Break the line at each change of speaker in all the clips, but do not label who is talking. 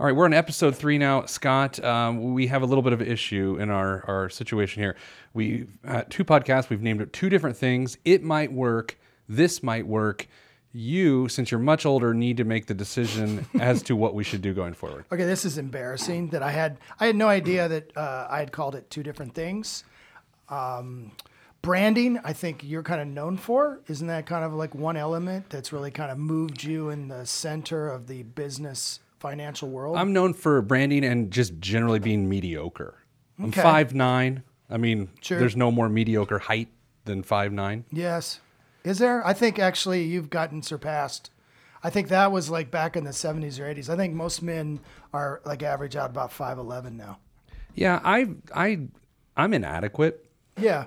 All right, we're on episode three now, Scott. Um, we have a little bit of an issue in our our situation here. We uh, two podcasts. We've named it two different things. It might work. This might work. You, since you're much older, need to make the decision as to what we should do going forward.
Okay, this is embarrassing that I had I had no idea that uh, I had called it two different things. Um, branding, I think you're kind of known for. Isn't that kind of like one element that's really kind of moved you in the center of the business financial world?
I'm known for branding and just generally being mediocre. I'm
Okay.
five nine. I mean,
Sure.
there's no more mediocre height than five nine.
yes. Is there? I think actually you've gotten surpassed. I think that was like back in the 70s or 80s. I think most men are like average out about 5'11 now.
Yeah, I I I'm inadequate.
Yeah.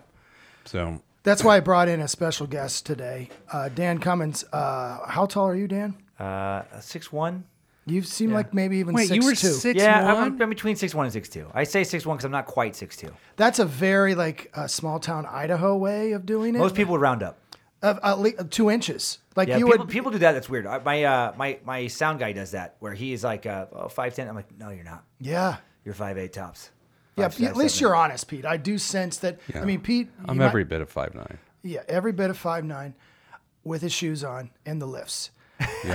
So
That's why I brought in a special guest today, uh, Dan Cummins. Uh, how tall are you, Dan?
Uh, six one.
You seem like maybe even
wait,
six
you were
two.
six
Yeah,
one.
I'm, I'm between six one and six two. I say six one because I'm not quite six two.
That's a very like uh, small town Idaho way of doing it.
Most people would round up.
of at least two inches. Like
Yeah,
you
people,
would.
people do that. That's weird. I- My uh, my my sound guy does that where he is like uh, oh, five ten. I'm like, no, you're not.
yeah.
You're five eight tops.
Yeah,
Five,
at
five,
least
seven.
you're honest, Pete. I do sense that. I mean, Pete. you
I'm
might-
every bit of five nine.
yeah, every bit of five nine, with his shoes on and the lifts.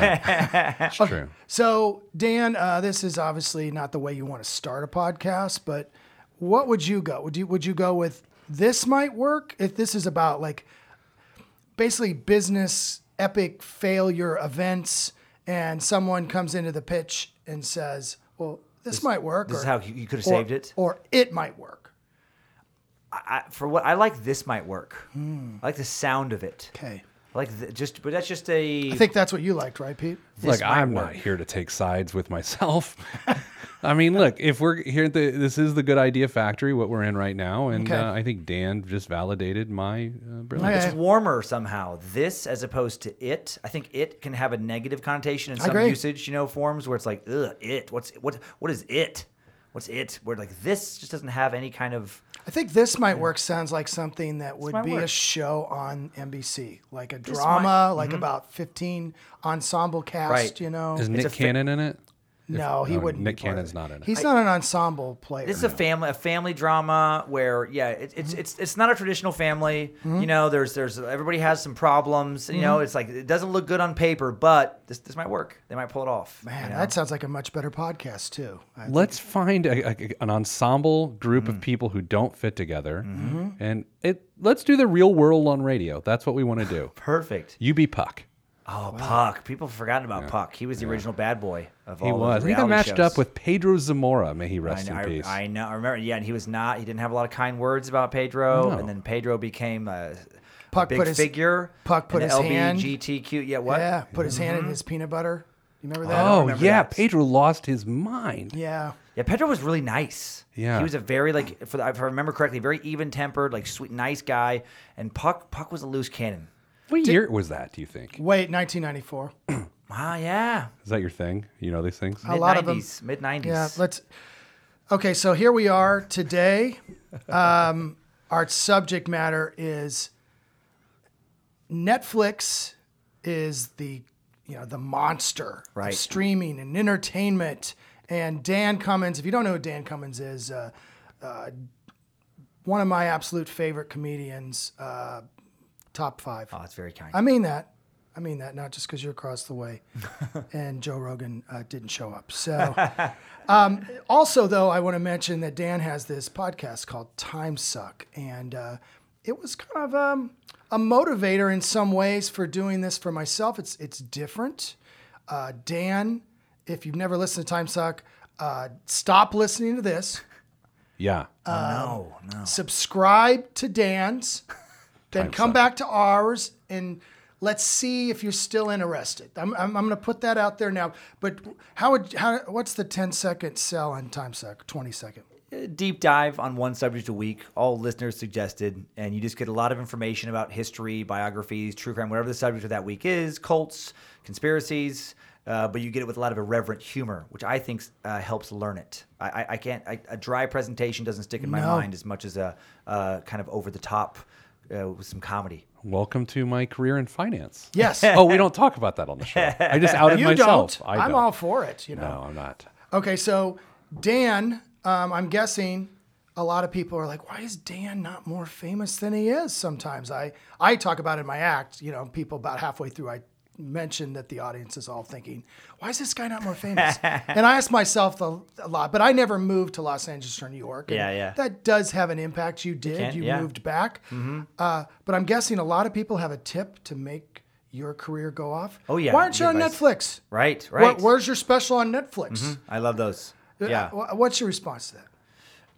It's true.
So, Dan, uh, this is obviously not the way you want to start a podcast, but what would you go? Would you would you go with this might work if this is about like basically business epic failure events and someone comes into the pitch and says, "Well, this, might work."
This
or,
is how you, you could have
or-
saved it.
Or it might work.
I, for what I like, this might work. I like the sound of it.
Hmm. Okay.
I like th- just, but that's just a.
I think that's what you liked, right, Pete?
look,
might
I'm not
work.
here to take sides with myself. I mean, look, if we're here, at the, this is the good idea factory, what we're in right now. And
Okay.
uh, I think Dan just validated my uh, brilliance.
Okay.
it's warmer somehow. This, as opposed to it, I think it can have a negative connotation in some
agree.
usage, you know, forms where it's like, ugh, it. What's what? What is it? What's it? Where like this just doesn't have any kind of.
I think this might work sounds like something that would
might
be a
work.
show on NBC, like a
might- Mm-hmm.
drama, like about 15 ensemble cast,
Right.
you know.
Is
a
Nick
fa-
Cannon in it?
no, he
no,
wouldn't.
Nick
be part of
Cannon's
it.
not in it.
He's not an ensemble player.
This is a family, a family drama where, yeah, it, it's
Mm-hmm.
it's it's not a traditional family. You know, there's there's everybody has some problems. You
Mm-hmm.
know, it's like it doesn't look good on paper, but this this might work. They might pull it off.
Man,
you know?
that sounds like a much better podcast, too. I-
Let's find a, a- an ensemble group
Mm-hmm.
of people who don't fit together,
Mm-hmm.
and it. Let's do the real world on radio. That's what we want to do.
perfect.
You be Puck.
Oh, Puck! People have forgotten about Puck. He was the original bad boy of all.
He
of
was. I
the
think I
reality
matched
shows.
up with Pedro Zamora. May he
I
rest
know,
in peace.
I, I know. I remember. Yeah, and he was not. He didn't have a lot of kind words about Pedro.
No.
And then Pedro became a,
Puck
a big
put his-
figure.
Puck put
in the
his hand-
LBGTQ. Yeah. What? Mm-hmm.
yeah, put his hand in his peanut butter. You remember that?
oh
remember
yeah,
that.
Pedro lost his mind.
Yeah.
Yeah, Pedro was really nice.
Yeah.
he was a very like, for the, if I remember correctly, very even-tempered, like sweet, nice guy. And Puck, Puck was a loose cannon.
What year was that? Do you think?
Wait, 1994.
Ah, yeah,
Is that your thing? You know these things?
Oh.
A lot of them.
mid nineties.
Yeah, let's. Okay, so here we are today. Um, our subject matter is Netflix is the you know the monster
Right.
of streaming and entertainment. And Dan Cummins, if you don't know who Dan Cummins is, uh, uh, one of my absolute favorite comedians, uh, top five.
oh, that's very kind.
I mean that. I mean that, not just because you're across the way and Joe Rogan uh, didn't show up. So, um, also, though, I want to mention that Dan has this podcast called Time Suck. And uh, it was kind of um, a motivator in some ways for doing this for myself. It's, it's different. Uh, Dan, if you've never listened to Time Suck, uh, stop listening to this.
Yeah.
no, no.
Subscribe to Dan's then
Time
come
suck.
back to ours and let's see if you're still interested. I'm, I'm, I'm going to put that out there now. But how would how what's the 10 second sell on time suck? 20 second.
deep dive on one subject a week, all listeners suggested, and you just get a lot of information about history, biographies, true crime, whatever the subject of that week is, cults, conspiracies. Uh, but you get it with a lot of irreverent humor, which I think uh, helps learn it. I, I, I can't. I, a dry presentation doesn't stick in my mind as much as a uh, kind of over the top uh, with some comedy.
Welcome to my career in finance.
Yes.
oh, we don't talk about that on the show. I just outed
you
Oh, myself.
don't.
I
I'm
don't.
all for it, you know.
No, I'm not.
Okay, so Dan, um, I'm guessing a lot of people are like, why is Dan not more famous than he is? Sometimes I I talk about it in my act, you know, people about halfway through I mention that the audience is all thinking, why is this guy not more famous? and I ask myself the, a lot, but I never moved to Los Angeles or New York. and
Yeah, yeah.
That does have an impact. You did.
can,
you
yeah. Mm-hmm.
moved back. Uh, but I'm guessing a lot of people have a tip to make your career go off.
Oh, yeah,
Why aren't you
good
on
advice.
Netflix?
Right,
Wh-
right. Mm-hmm.
where's your special on Netflix?
I love those. Yeah.
Uh, wh- What's your response to that?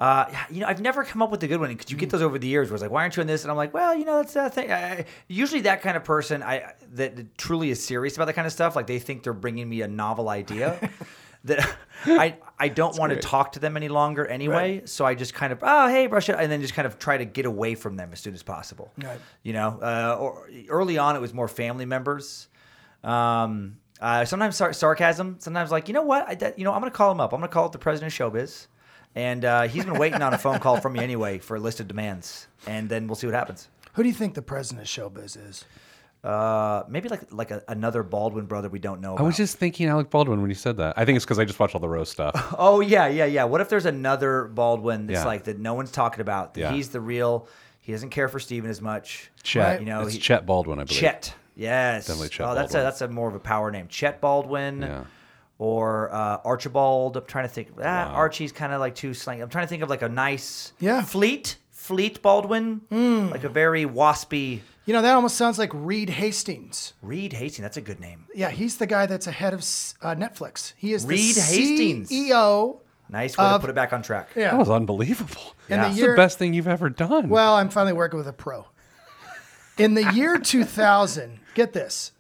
Uh, yeah, you know, I've never come up with a good one because you get those over the years where it's like, why aren't you in this? And I'm like, well, you know, that's that thing. I, I- usually, that kind of person I that, that truly is serious about that kind of stuff, like they think they're bringing me a novel idea that I I don't want to talk to them any longer anyway. So I just kind of oh hey brush it, and then just kind of try to get away from them as soon as possible.
Right.
You know, uh, or early on it was more family members. Um, uh, sometimes sar- sarcasm. Sometimes like, you know what? I, that, you know, I'm gonna call him up. I'm gonna call up the president of Showbiz, and uh, he's been waiting on a phone call from me anyway for a list of demands, and then we'll see what happens.
Who do you think the president of showbiz is?
Uh, maybe like like a, another Baldwin brother we don't know.
I
About.
was just thinking Alec Baldwin when you said that. I think it's because I just watched all the Rose stuff.
oh yeah, yeah, yeah. What if there's another Baldwin that's
Yeah.
like that no one's talking about? That
Yeah.
He's the real. He doesn't care for Steven as much.
Chet,
Right.
you know,
it's
he-
Chet Baldwin, I believe.
Chet. Yes.
Definitely Chet
Oh, that's a,
Baldwin.
that's a more of a power name. Chet Baldwin.
Yeah.
Or uh, Archibald. I'm trying to think. Ah, Archie's kind of like too slang. I'm trying to think of like a nice.
Yeah. Hmm.
Fleet. Fleet Baldwin. Like a very waspy.
You know, that almost sounds like Reed Hastings.
Reed Hastings. That's a good name.
Yeah, he's the guy that's ahead of S- uh, Netflix. He is
Reed
the
Hastings. Oh.
CEO.
Nice way to put it back on track.
Yeah.
That was unbelievable.
In the
That's
year-
the best thing you've ever done.
Well, I'm finally working with a pro. In the year 2000, get this,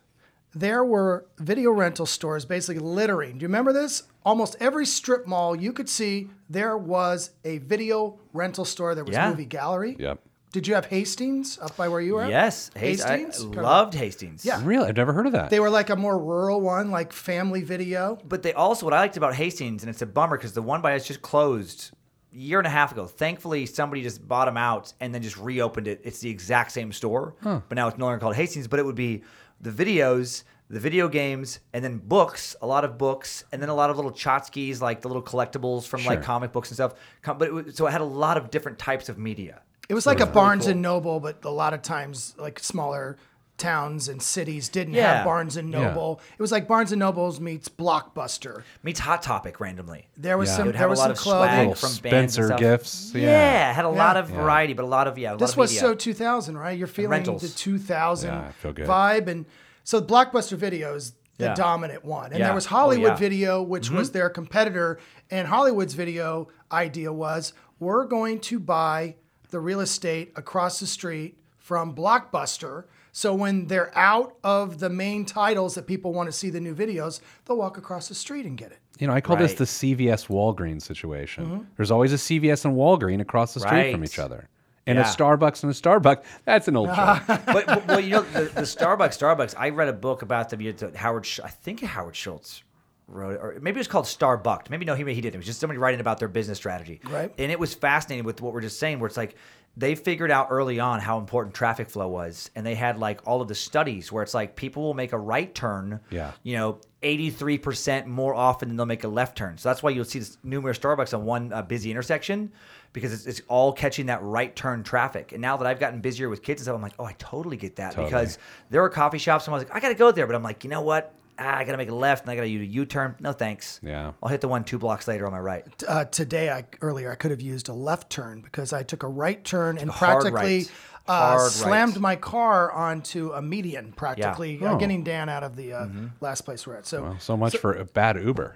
there were video rental stores basically littering. Do you remember this? Almost every strip mall you could see, there was a video rental store. There was
Yeah.
a movie gallery.
Yep.
Did you have Hastings up by where you were? at?
Yes. Hast- I-
Hastings.
I
Kind of-
loved Hastings.
Yeah.
really, I've never heard of that.
They were like a more rural one, like family video.
But they also what I liked about Hastings, and it's a bummer because the one by us just closed a year and a half ago. Thankfully, somebody just bought them out and then just reopened it. It's the exact same store, but now it's no longer called Hastings. But it would be the videos, the video games, and then books, a lot of books, and then a lot of little tchotchkes, like the little collectibles from like
Sure.
comic books and stuff. Com- But it was, so it had a lot of different types of media.
It was like a Barnes and Noble, but a lot of times, like smaller towns and cities didn't
Yeah.
have Barnes and Noble. It was like Barnes and Nobles meets Blockbuster.
Meets Hot Topic randomly.
There was
Yeah.
some.
It
would have
There
a
was
lot
some
of swag
clothing.
Little
from bands and
Spencer
stuff.
gifts.
Yeah, had a lot of variety, but a lot of yeah. A lot
This
of
was
media.
so 2000, right? You're feeling
rentals.
the 2000
Yeah, I feel good.
vibe, and so Blockbuster Video is the
Yeah.
dominant one, and
Yeah. Mm-hmm.
there was
Oh,
Hollywood
yeah.
Video, which was their competitor, and Hollywood's video idea was we're going to buy the real estate across the street from Blockbuster. So when they're out of the main titles that people want to see the new videos, they'll walk across the street and get it.
You know, I call
Right.
this the CVS Walgreens situation. There's always a CVS and Walgreen across the street from
Right.
each other, and a
Yeah.
Starbucks and a Starbucks. That's an old joke.
but, but- well, you know, the, the Starbucks, Starbucks. I read a book about them. You know, that Howard, Sch- I think Howard Schultz wrote, it, or maybe it was called Starbucked. Maybe no, he he didn't. It was just somebody writing about their business strategy.
Right.
And it was fascinating with what we're just saying, where it's like they figured out early on how important traffic flow was, and they had like all of the studies where it's like people will make a right turn.
Yeah.
You know. 83% more often than they'll make a left turn. So that's why you'll see this numerous Starbucks on one uh, busy intersection because it's, it's all catching that right turn traffic. And now that I've gotten busier with kids and stuff, I'm like, oh, I totally get that
Totally.
because there are coffee shops. And I was like, I gotta go there, but I'm like, you know what? Ah, I gotta make a left and I gotta do a U-turn. No thanks.
Yeah.
I'll hit the one two blocks later on my right.
uh, today I, earlier I could have used a left turn because I took a right turn and
hard
practically
right.
uh,
Hard right.
slammed my car onto a median, practically
Oh.
uh, getting Dan out of the uh,
Mm-hmm.
last place we're at. So
so much for a bad Uber.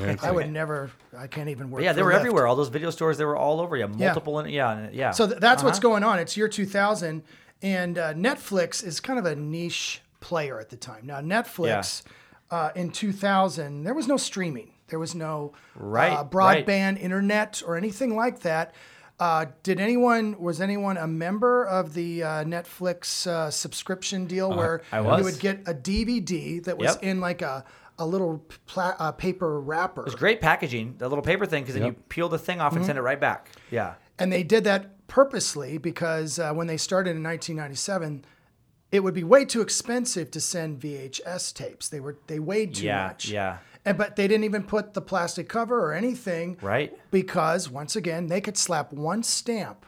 Yeah, it's
I
like-
would never. I can't even work.
But yeah, they
for
were
Lyft.
everywhere. All those video stores, they were all over you. Multiple, in- yeah, and- yeah. Uh-huh.
So th- that's what's going on. It's year 2000, and uh, Netflix is kind of a niche player at the time. Now, Netflix uh, in 2000, there was no streaming, there was no
Right,
uh,
right.
broadband internet or anything like that. Uh, did anyone was anyone a member of the uh, Netflix uh, subscription deal where
Uh-huh. I
you
was.
would get a DVD that was
Yep.
in like a a little pla- uh, paper wrapper?
it's great packaging, the little paper thing, because then you peel the thing off
Mm-hmm.
and send it right back. Yeah.
And they did that purposely because uh, when they started in 1997, it would be way too expensive to send VHS tapes. They were they weighed too
Yeah,
much.
yeah.
And but they didn't even put the plastic cover or anything.
Right.
Because once again, they could slap one stamp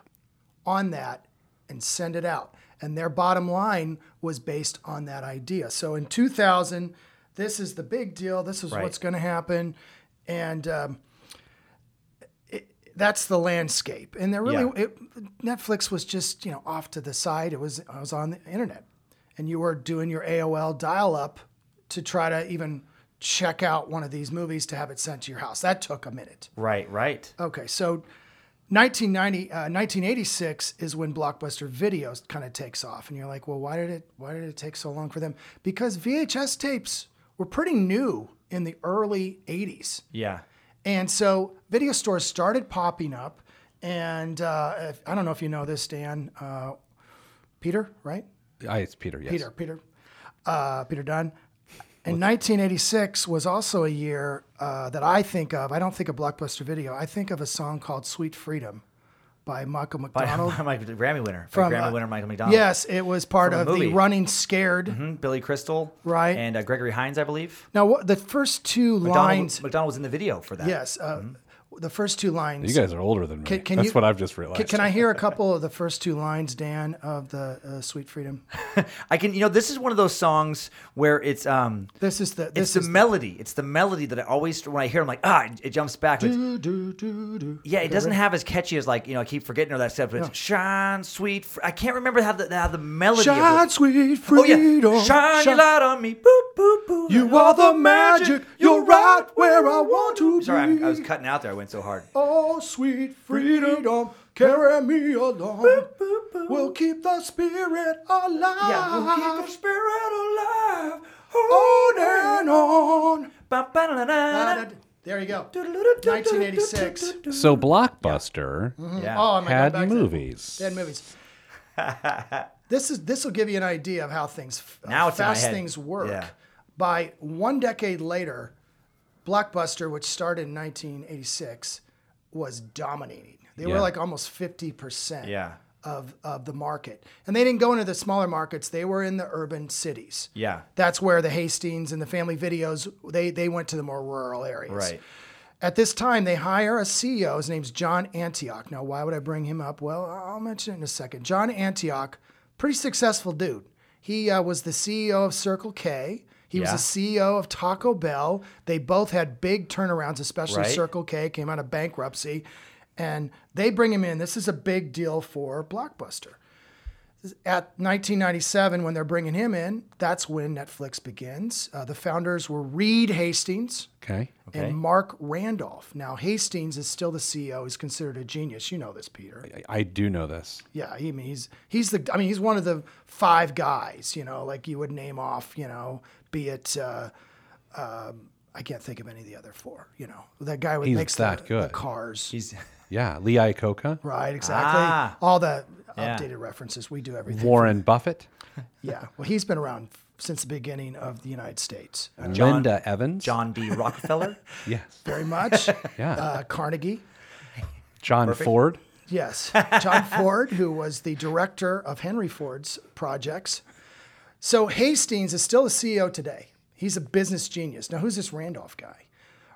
on that and send it out. And their bottom line was based on that idea. So in 2000, this is the big deal. This is
Right.
what's going to happen. And um, it, that's the landscape. And there really,
Yeah.
it, Netflix was just, you know, off to the side. It was, I was on the internet and you were doing your AOL dial up to try to even check out one of these movies to have it sent to your house. That took a minute.
Right, right.
Okay, so 1990, uh, 1986 is when Blockbuster Video kind of takes off, and you're like, well, why did it why did it take so long for them? Because VHS tapes were pretty new in the early 80s,
Yeah.
and so video stores started popping up. And uh, if, I don't know if you know this, Dan, uh, Peter, right?
I, it's Peter. Yes.
Peter, Peter, uh, Peter Dunn. And 1986 was also a year uh, that I think of. I don't think of Blockbuster Video. I think of a song called "Sweet Freedom" by Michael
By,
McDonald.
by Michael- Grammy winner. By
From,
Grammy
uh,
winner Michael McDonald.
yes, it was part
From a
of the
movie.
Running Scared.
Mhm, Billy Crystal.
Right.
And uh, Gregory Hines, I believe.
Now, what, the first two lines.
McDonald, McDonald Mm-hmm. was in the video for that.
Yes, uh, the first two lines.
You guys are older than me.
Can- can
That's
you-
what I've just
Can,
realized.
can I hear a couple of the first two lines, Dan, of the uh, "Sweet Freedom"?
I can, you know, this is one of those songs where it's um,
This is the.
it's
This
the
is
melody. It's the melody that I always when I hear, it, I'm like, ah, it, it jumps backwards.
do, do, do, do.
Yeah, it doesn't have as catchy as like you know. I keep forgetting all that stuff. But it's shine, sweet. Fr-. I can't remember how the how the melody.
Shine,
Of it.
sweet
Oh
freedom.
yeah, shine, your light on me. Boop boop boop.
You are the magic. You're right where I want to be.
Sorry, I'm, I was cutting out there. I went so hard.
Oh, sweet freedom, carry me along. We'll keep the spirit alive.
Yeah, we'll keep the spirit alive.
on and on.
Ba-ba-da-da-da.
There you go. 1986.
so Blockbuster
Yeah.
Oh, am I going
had
back to-
movies.
Dead movies. this is this will give you an idea of how things uh,
Now it's in my
fast
head.
things work.
Yeah.
By one decade later, Blockbuster, which started in 1986, was dominating. They were
Yeah.
like almost 50 percent
Yeah.
of of the market, and they didn't go into the smaller markets. They were in the urban cities.
Yeah.
That's where the Hastings and the Family Videos they they went to the more rural areas.
Right.
At this time, they hire a CEO. His name's John Antioch. Now, why would I bring him up? Well, I'll mention it in a second. John Antioch, pretty successful dude. He uh, was the CEO of Circle K. He
Yeah.
was the CEO of Taco Bell. They both had big turnarounds, especially
Right.
Circle K came out of bankruptcy. And they bring him in. This is a big deal for Blockbuster at 1997 when they're bringing him in that's when netflix begins uh, the founders were reed hastings
Okay.
Okay.
and mark randolph now hastings is still the ceo he's considered a genius you know this peter
I- I do know this.
yeah he, I mean, he's he's the i mean he's one of the five guys you know like you would name off you know be it uh, um, i can't think of any of the other four you know that guy with
He's
makes
that
the, the
good.
cars
He's
Yeah. Lee Iacocca,
right exactly
Ah.
all the
Yeah.
updated references we do everything
Warren Buffett,
Yeah. Well, he's been around since the beginning of the United States.
Linda Evans.
John D. Rockefeller.
Yes.
Very much.
Yeah.
Uh, Carnegie.
John Ford.
Yes. John Ford, who was the director of Henry Ford's projects. So Hastings is still the CEO today. He's a business genius. Now, who's this Randolph guy?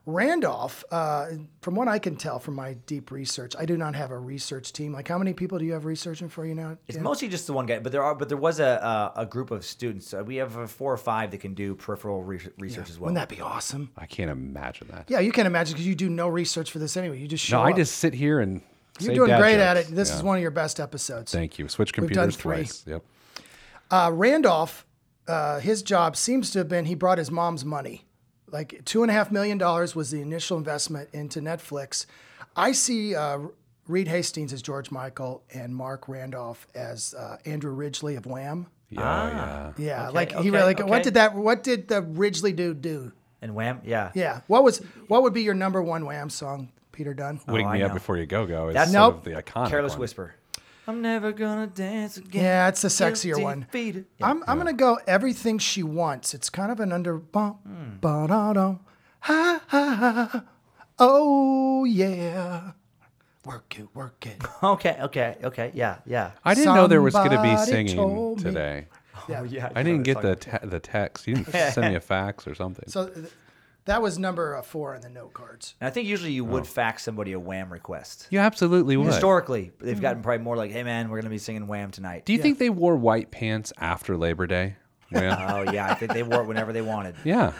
Randolph, uh, from what I can tell from my deep research, I do not have a research team. Like, how many people do you have researching for you now?
It's
Dan?
mostly just the one guy, but there are but there was a uh, a group of students. Uh, we have uh, four or five that can do peripheral re- research as well.
Wouldn't that be awesome?
I can't imagine that.
Yeah, you can imagine because you do no research for this anyway. You just show
No, I
up.
just sit here and.
You're
say
doing
dad
great at
jokes.
it. This
Yeah.
is one of your best episodes.
Thank you. Switch
We've done
computers
three.
twice. Yep.
Uh, Randolph, uh, his job seems to have been he brought his mom's money. Like two and a half million dollars was the initial investment into Netflix. I see uh, Reed Hastings as George Michael and Mark Randolph as uh, Andrew Ridgely of Wham.
Yeah.
Ah,
yeah.
Yeah, like he
Uh-huh. okay,
like
okay.
what did that? What did the Ridgely dude do?
And wham, yeah.
Yeah, what was what would be your number one Wham song, Peter Dunn?
Wake
I
me up
know.
before you go go is
That's-
sort
Nope.
of the iconic
Careless
one.
whisper. I'm never gonna dance again.
Yeah, it's the sexier
Guilty
one.
feet.
I'm, I'm gonna go everything she wants. It's kind of an under bump, ba da da, ha ha ha. Oh yeah, work it, work it.
Okay, okay, okay. Yeah, yeah.
I didn't know there was going to be
Somebody
singing
told me.
today.
Yeah.
Oh, yeah.
I didn't get the te- the text. You didn't send me a fax or something.
So th- That was number uh, four on the note cards.
And I think usually you would fax somebody a Wham request.
You absolutely would.
Historically, they've
Mm.
gotten probably more like, "Hey man, we're gonna be singing Wham tonight."
Do you think they wore white pants after Labor Day? Well,
oh yeah, I think they wore it whenever they wanted.
yeah,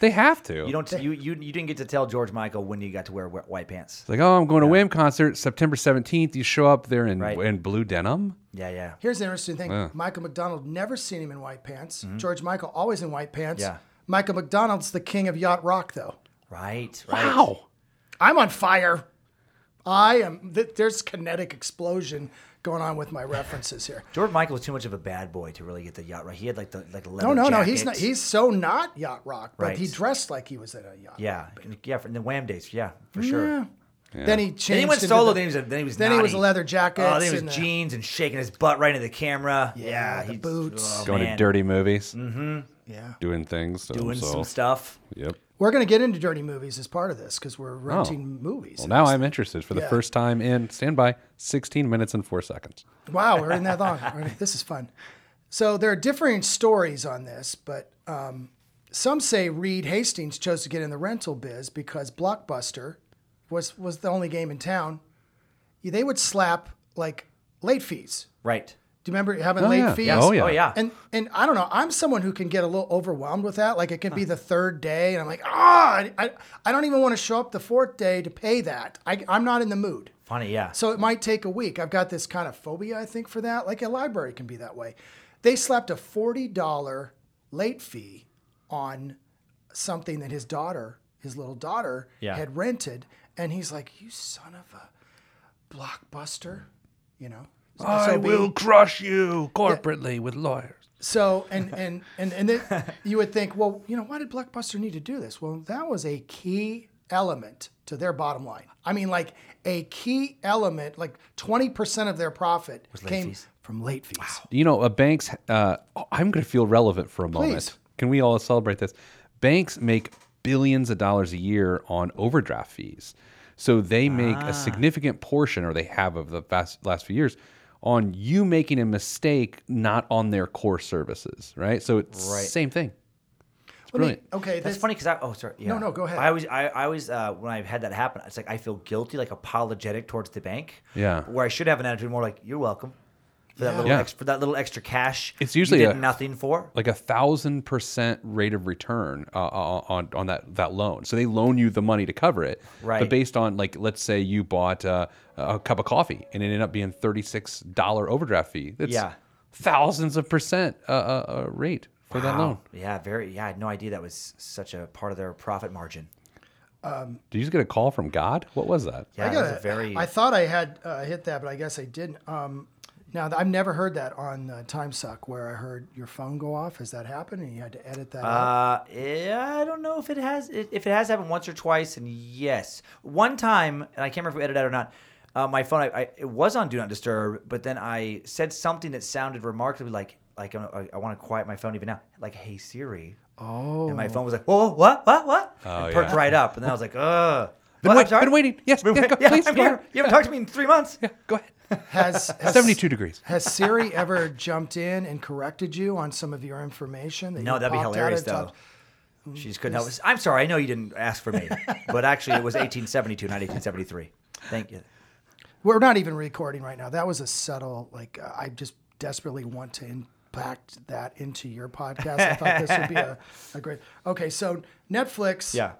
they have to.
You don't. You, you you didn't get to tell George Michael when you got to wear wh- white pants.
It's like, oh, I'm going to Wham concert September 17th. You show up there in
Right.
in blue denim.
Yeah, yeah.
Here's an interesting thing. Michael McDonald never seen him in white pants. George Michael always in white pants.
Yeah.
Michael McDonald's the king of yacht rock though.
Right. Right.
I'm on fire. I am. Th- there's kinetic explosion going on with my references here.
George Michael was too much of a bad boy to really get the yacht right. He had like the like leather.
No, no, no.
jacket.
He's not. He's so not yacht rock, but he
Right.
dressed like he was at a yacht.
yeah, and- yeah. From the Wham days, yeah, for sure.
Then he changed.
Then he went
into the-
solo. then he was a, then he was
then he was
naughty.
leather jackets
Oh, then he
and, uh,
was jeans and shaking his butt right into the camera. Yeah,
the
he's-
boots.
oh,
Going
man.
to
Mm.
dirty movies,
yeah.
doing things. to
doing some
themselves.
stuff.
Yep.
We're gonna get into dirty movies as part of this because we're
Oh.
renting movies.
Well, now I'm interested for the
Yeah.
first time in standby 16 minutes and four seconds.
Wow, we're in that long. All right, this is fun. So there are differing stories on this, but um, some say Reed Hastings chose to get in the rental biz because Blockbuster was was the only game in town. They would slap like late fees.
Right.
Do you remember having
Oh,
late
yeah.
fees?
Yes. Oh, yeah.
Oh yeah.
And and I don't know. I'm someone who can get a little overwhelmed with that. Like it can be the third day, and I'm like, ah, I, I, I don't even want to show up the fourth day to pay that. I, I'm not in the mood.
Funny, yeah.
So it might take a week. I've got this kind of phobia, I think, for that. Like a library can be that way. They slapped a $40 late fee on something that his daughter, his little daughter,
Yeah.
had rented. And he's like, You son of a blockbuster, you know? SOB.
crush you corporately with lawyers.
So and and and and then you would think, well, you know, why did Blockbuster need to do this? Well, that was a key element to their bottom line. I mean, like a key element, like twenty percent of their profit came
fees.
from late fees.
You know, a bank's. Uh, oh, I'm going to feel relevant for a moment.
Please.
Can we all celebrate this? Banks make billions of dollars a year on overdraft fees. So they make a significant portion, or they have of the past, last few years, on you making a mistake not on their core services, right? So it's
Right.
same thing. It's
Let me-
brilliant.
okay,
That's
that's
funny because I oh sorry yeah.
no, go ahead.
I always I, I always uh, when I've had that happen it's like I feel guilty like apologetic towards the bank
Yeah.
where I should have an attitude more like you're welcome for that
Yeah.
little
Yeah.
ex- for that little extra cash
It's usually
you did
a-
nothing for
like a thousand percent rate of return uh, on on that that loan. So they loan you the money to cover it,
Right.
But based on like, let's say you bought uh, a cup of coffee and it ended up being thirty six dollar overdraft fee. It's
Yeah.
thousands of percent uh, uh, uh, rate for that loan.
Wow. yeah very yeah I had no idea that was such a part of their profit margin
Did you just get a call from God? What was that?
yeah
I
that was
gotta-
a very
I thought I had uh, hit that, but I guess I didn't. Um, now I've never heard that on uh, Time Suck, where I heard your phone go off. Has that happened? And you had to edit that. out?
Uh, yeah, I don't know if it has. If it has happened once or twice, and yes, one time, and I can't remember if we edited that or not. Uh, my phone, I, I it was on Do Not Disturb, but then I said something that sounded remarkably like like I'm- I, I want to quiet my phone even now, like Hey Siri. Oh. And my phone was like, whoa, whoa, what, what, what?
Oh,
and perked
yeah.
right up, and then I was like, ugh.
Been,
What, I'm
wait,
sorry?
been waiting. Yes,
Been
yeah,
wait-
go,
yeah,
please,
I'm
go
here.
ahead.
You haven't talked to me in three months.
Yeah, go ahead.
Has, has
Seventy two degrees.
Has Siri ever jumped in and corrected you on some of your information? That
No,
you
that'd be
popped out
hilarious
and talked-
though. She just couldn't help us. I'm sorry, I know you didn't ask for me, but actually it was 1872, not 1873. Thank you.
We're not even recording right now. That was a subtle, like, uh, I just desperately want to impact that into your podcast. I thought this would be a, a great. Okay, so Netflix
Yeah.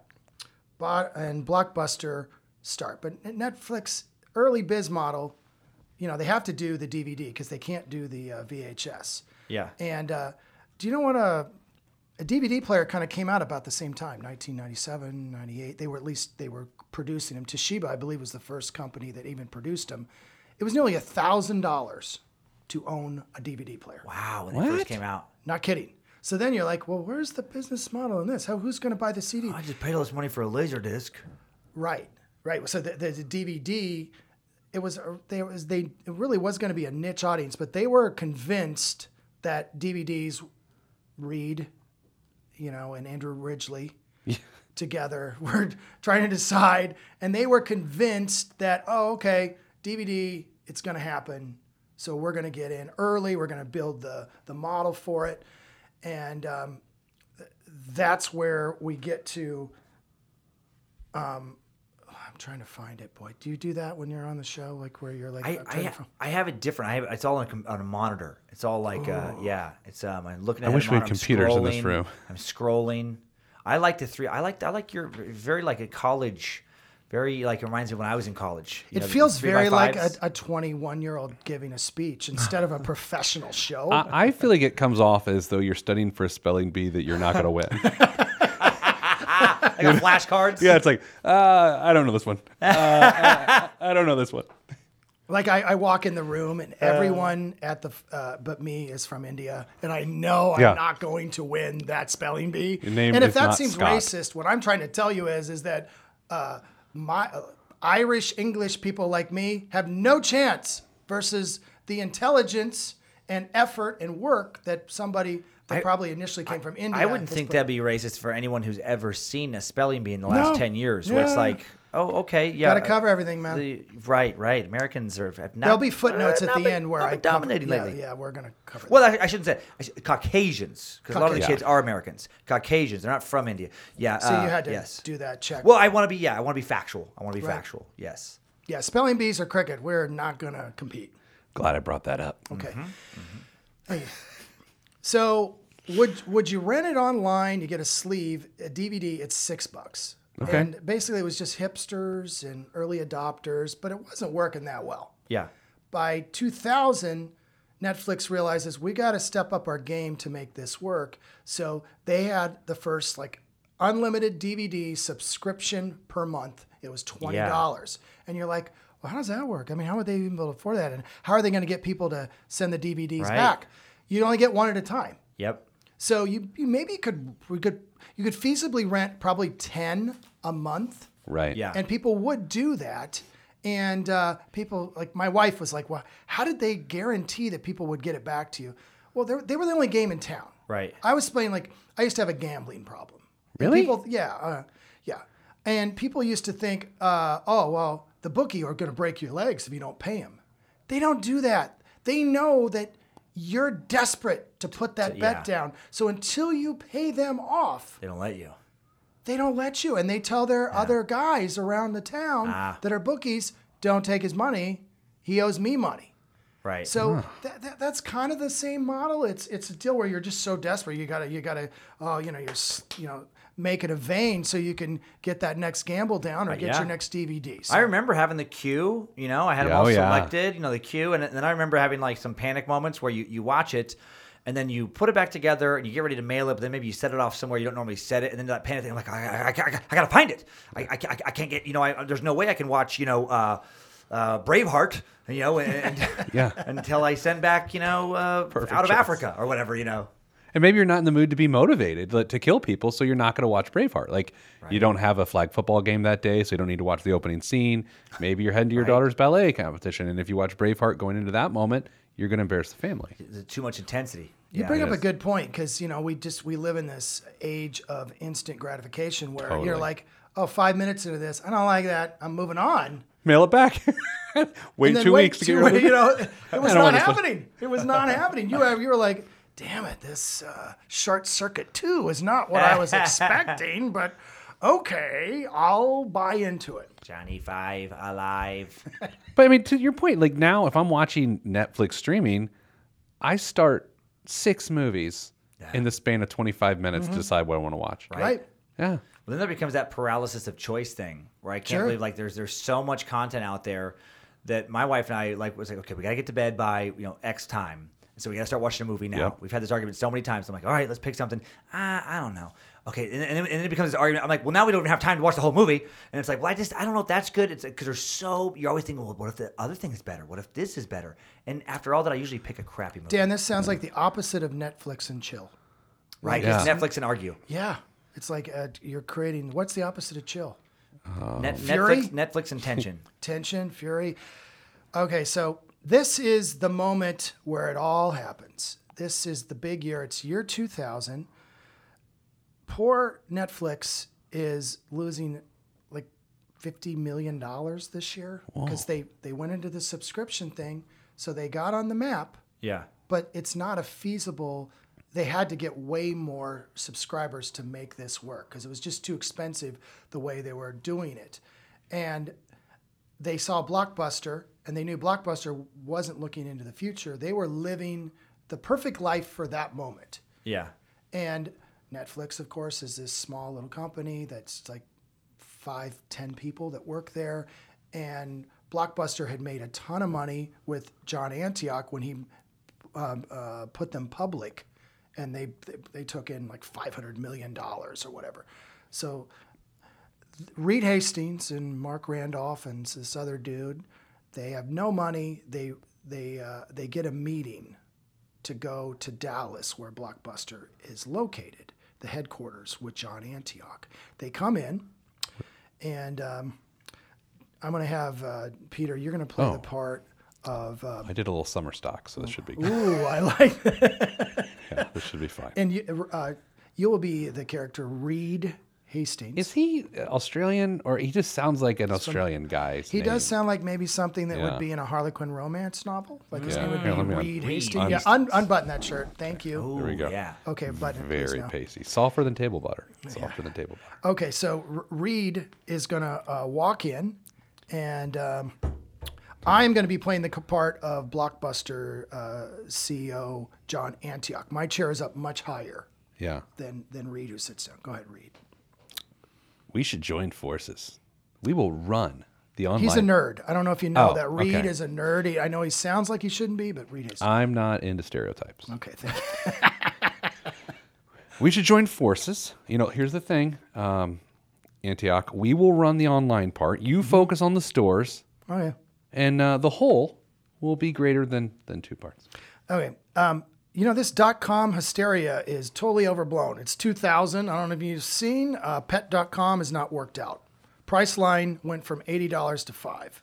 bought, and Blockbuster start. But Netflix, early biz model, you know, they have to do the DVD because they can't do the uh, VHS.
Yeah.
And uh, do you know what a, a DVD player kind of came out about the same time, 1997, 98. They were at least they were producing them. Toshiba, I believe, was the first company that even produced them. It was nearly a thousand dollars to own a DVD player.
Wow, when it first
What?
came out.
Not kidding. So then you're like, well, where's the business model in this? How, who's going to buy the CD?
I just paid all this money for a laser disc.
Right, right. So the, the, the DVD, it was there was they it really was going to be a niche audience, but they were convinced that DVDs, Reed, you know, and Andrew Ridgely, together were trying to decide, and they were convinced that oh okay, DVD, it's going to happen, so we're going to get in early, we're going to build the the model for it, and um, that's where we get to. Um, I'm trying to find it, boy. Do you do that when you're on the show, like where you're like,
I,
I'm trying to
I,
find-
I have it different. I have it, it's all on a, com- on a monitor. It's all like uh,
Oh.
yeah. It's um, I'm looking. At
wish we had computers in this
i
room.
I'm scrolling. I like the three. I like I like your very like a college, very like it reminds me of when I was in college. you
it
know, the
feels
three by
very like a,
fives.
a 21 year old giving a speech instead of a professional show.
Uh,
I, I feel like it comes off as though you're studying for a spelling bee that you're not going to win.
like a flashcards.
yeah, it's like uh, I don't know this one. Uh, uh, I don't know this one.
Like I, I walk in the room and everyone at the f- uh, but me is from India, and I know I'm
Yeah.
not going to win that spelling bee.
name
and if
is
that
not
seems
Scott.
racist, what I'm trying to tell you is is that uh, my uh, Irish English people like me have no chance versus the intelligence and effort and work that somebody that probably initially came from India.
I wouldn't
is
think
put-
that'd be racist for anyone who's ever seen a spelling bee in the
No.
last ten years. Where it's
Yeah.
like, oh, okay, yeah,
Gotta cover everything, man.
The, right, right. Americans are have not,
There'll be footnotes at
uh, not
the
been-
end where
not
I
been
cover-
dominating
yeah,
lately.
Yeah, we're gonna cover.
Well, I, I shouldn't say I should- Caucasians, because a lot of the
Caucasian.
kids are Americans. Caucasians, they're not from India. Yeah. uh,
that. so you had to
yes.
do that check.
Well, I want to be. Yeah, I want to be factual. I want to be
Right.
factual. Yes.
Yeah, spelling bees are cricket. We're not gonna compete.
Glad I brought that up.
Okay. mm-hmm. Thank you. So would would you rent it online? You get a sleeve, a DVD. It's six bucks.
Okay.
And basically, it was just hipsters and early adopters, but it wasn't working that well.
Yeah.
By 2000, Netflix realizes we got to step up our game to make this work. So they had the first like unlimited DVD subscription per month. It was $20. And you're like, well, how does that work? I mean, how would they even be able to afford that? And how are they going to get people to send the DVDs
Right.
back? You'd only get one at a time.
Yep.
So you, you maybe could we could you could feasibly rent probably 10 a month
Right.
Yeah.
and people would do that and uh, people like my wife was like well how did they guarantee that people would get it back to you well they were- they were the only game in town
Right.
i was playing like i used to have a gambling problem And
Really?
people yeah uh, yeah and people used to think uh, oh well the bookie are going to break your legs if you don't pay them they don't do that they know that you're desperate to put that
yeah.
bet down so until you pay them off
They don't let you.
they don't let you. And they tell their other guys around the town
Ah.
that are bookies, don't take his money. He owes me money.
Right.
So that, that, that's kind of the same model. It's it's a deal where you're just so desperate. You gotta you gotta oh you know you're s- you know make it a vein so you can get that next gamble down or get
Uh, yeah.
your next DVD. So
I remember having the queue, you know, I had them
Yeah,
all
oh, yeah.
selected, you know, the queue. And then I remember having like some panic moments where you, you watch it and then you put it back together and you get ready to mail it, but then maybe you set it off somewhere you don't normally set it. And then that panic thing, I'm like, I, I, I, I, I got to find it. I, I, I I can't get, you know, I, there's no way I can watch, you know, uh, uh, Braveheart, you know, and,
Yeah.
until I send back, you know, uh,
Perfect
out of
choice.
Africa or whatever, you know.
And maybe you're not in the mood to be motivated like, to kill people, so you're not going to watch Braveheart. Like you don't have a flag football game that day, so you don't need to watch the opening scene. Maybe you're heading to your daughter's ballet competition, and if you watch Braveheart going into that moment, you're going to embarrass the family.
There's too much intensity.
You
Yeah.
bring up
is.
a good point because you know we just we live in this age of instant gratification where you're
Totally.
like oh five minutes into this I don't like that I'm moving on.
Mail it back. wait
and then
two
wait
weeks to get
two
rid
weeks,
of
you
it.
know it was
don't
not
want this one.
happening it was not happening you have you were like damn it this uh, short circuit 2 is not what i was expecting but okay i'll buy into it
Johnny Five alive.
But I mean, to your point, like now, if I'm watching Netflix streaming, I start six movies in the span of 25 minutes to decide what I want to watch.
Mm-hmm. right,
Yeah.
Well, then there becomes that paralysis of choice thing where I can't
Sure.
believe like there's there's so much content out there that my wife and I like was like okay we gotta get to bed by you know X time so we gotta start watching a movie now.
Yep.
We've had this argument so many times. I'm like all right let's pick something. Ah, I don't know. Okay, and, and, then, and then it becomes this argument. I'm like, well, now we don't even have time to watch the whole movie, and it's like, well, I just I don't know if that's good. It's because there's so you're always thinking, well, what if the other thing is better? What if this is better? And after all that, I usually pick a crappy movie,
dan this sounds like the opposite of netflix and chill
right?
Yeah.
It's Netflix and argue.
yeah it's like uh, you're creating what's the opposite of chill
Net,
Fury?
Netflix, Netflix and tension.
tension fury okay so this is the moment where it all happens this is the big year it's year 2000 poor Netflix is losing like fifty million dollars this year because they they went into the subscription thing, so they got on the map,
yeah.
but it's not a feasible they had to get way more subscribers to make this work because it was just too expensive the way they were doing it. And they saw Blockbuster and they knew Blockbuster wasn't looking into the future. They were living the perfect life for that moment.
Yeah.
And Netflix, of course, is this small little company that's like five, ten people that work there. And Blockbuster had made a ton of money with John Antioch when he um, uh, put them public, and they, they they took in like five hundred million dollars or whatever. So Reed Hastings and Mark Randolph and this other dude, they have no money. They they uh, they get a meeting to go to Dallas where Blockbuster is located, the headquarters with John Antioch. They come in, and um, I'm going to have uh, Peter. You're going to play
Oh.
the part of. Um,
I did a little summer stock, so this should be good.
ooh, I like that.
Yeah, this should be fine.
And you, uh, you will be the character Reed Hastings.
Is he uh, Australian or he just sounds like an Australian guy?
He does sound like maybe something that
Yeah.
would be in a Harlequin romance novel. Like his
Yeah.
name would
Here, let
be
me un- Reed
Reed Hastings.
Hastings.
Yeah, un- unbutton that shirt. Thank you.
There we
Ooh,
go.
Yeah.
Okay, button it. please,
very
now.
pasty, softer than table butter, softer than table butter.
Okay, so R- Reed is going to uh, walk in, and um, I'm going to be playing the c- part of Blockbuster uh, CEO John Antioch. My chair is up much higher
Yeah,
than, than Reed, who sits down. Go ahead, Reed.
we should join forces. We will run the online.
He's a nerd. I don't know if you know
Oh,
that Reed
okay. Uh,
is a nerd. He- I know he sounds like he shouldn't be, but Reed is.
I'm not into stereotypes.
okay, thank you.
We should join forces. You know, here's the thing, um, Antioch. We will run the online part.
Mm-hmm.
You focus on the stores,
Oh yeah.
and uh, the whole will be greater than than two parts.
Okay. Um, you know, this dot com hysteria is totally overblown. It's 2000. I don't know if you've seen. Uh, pet.com has not worked out. Priceline went from $80 to 5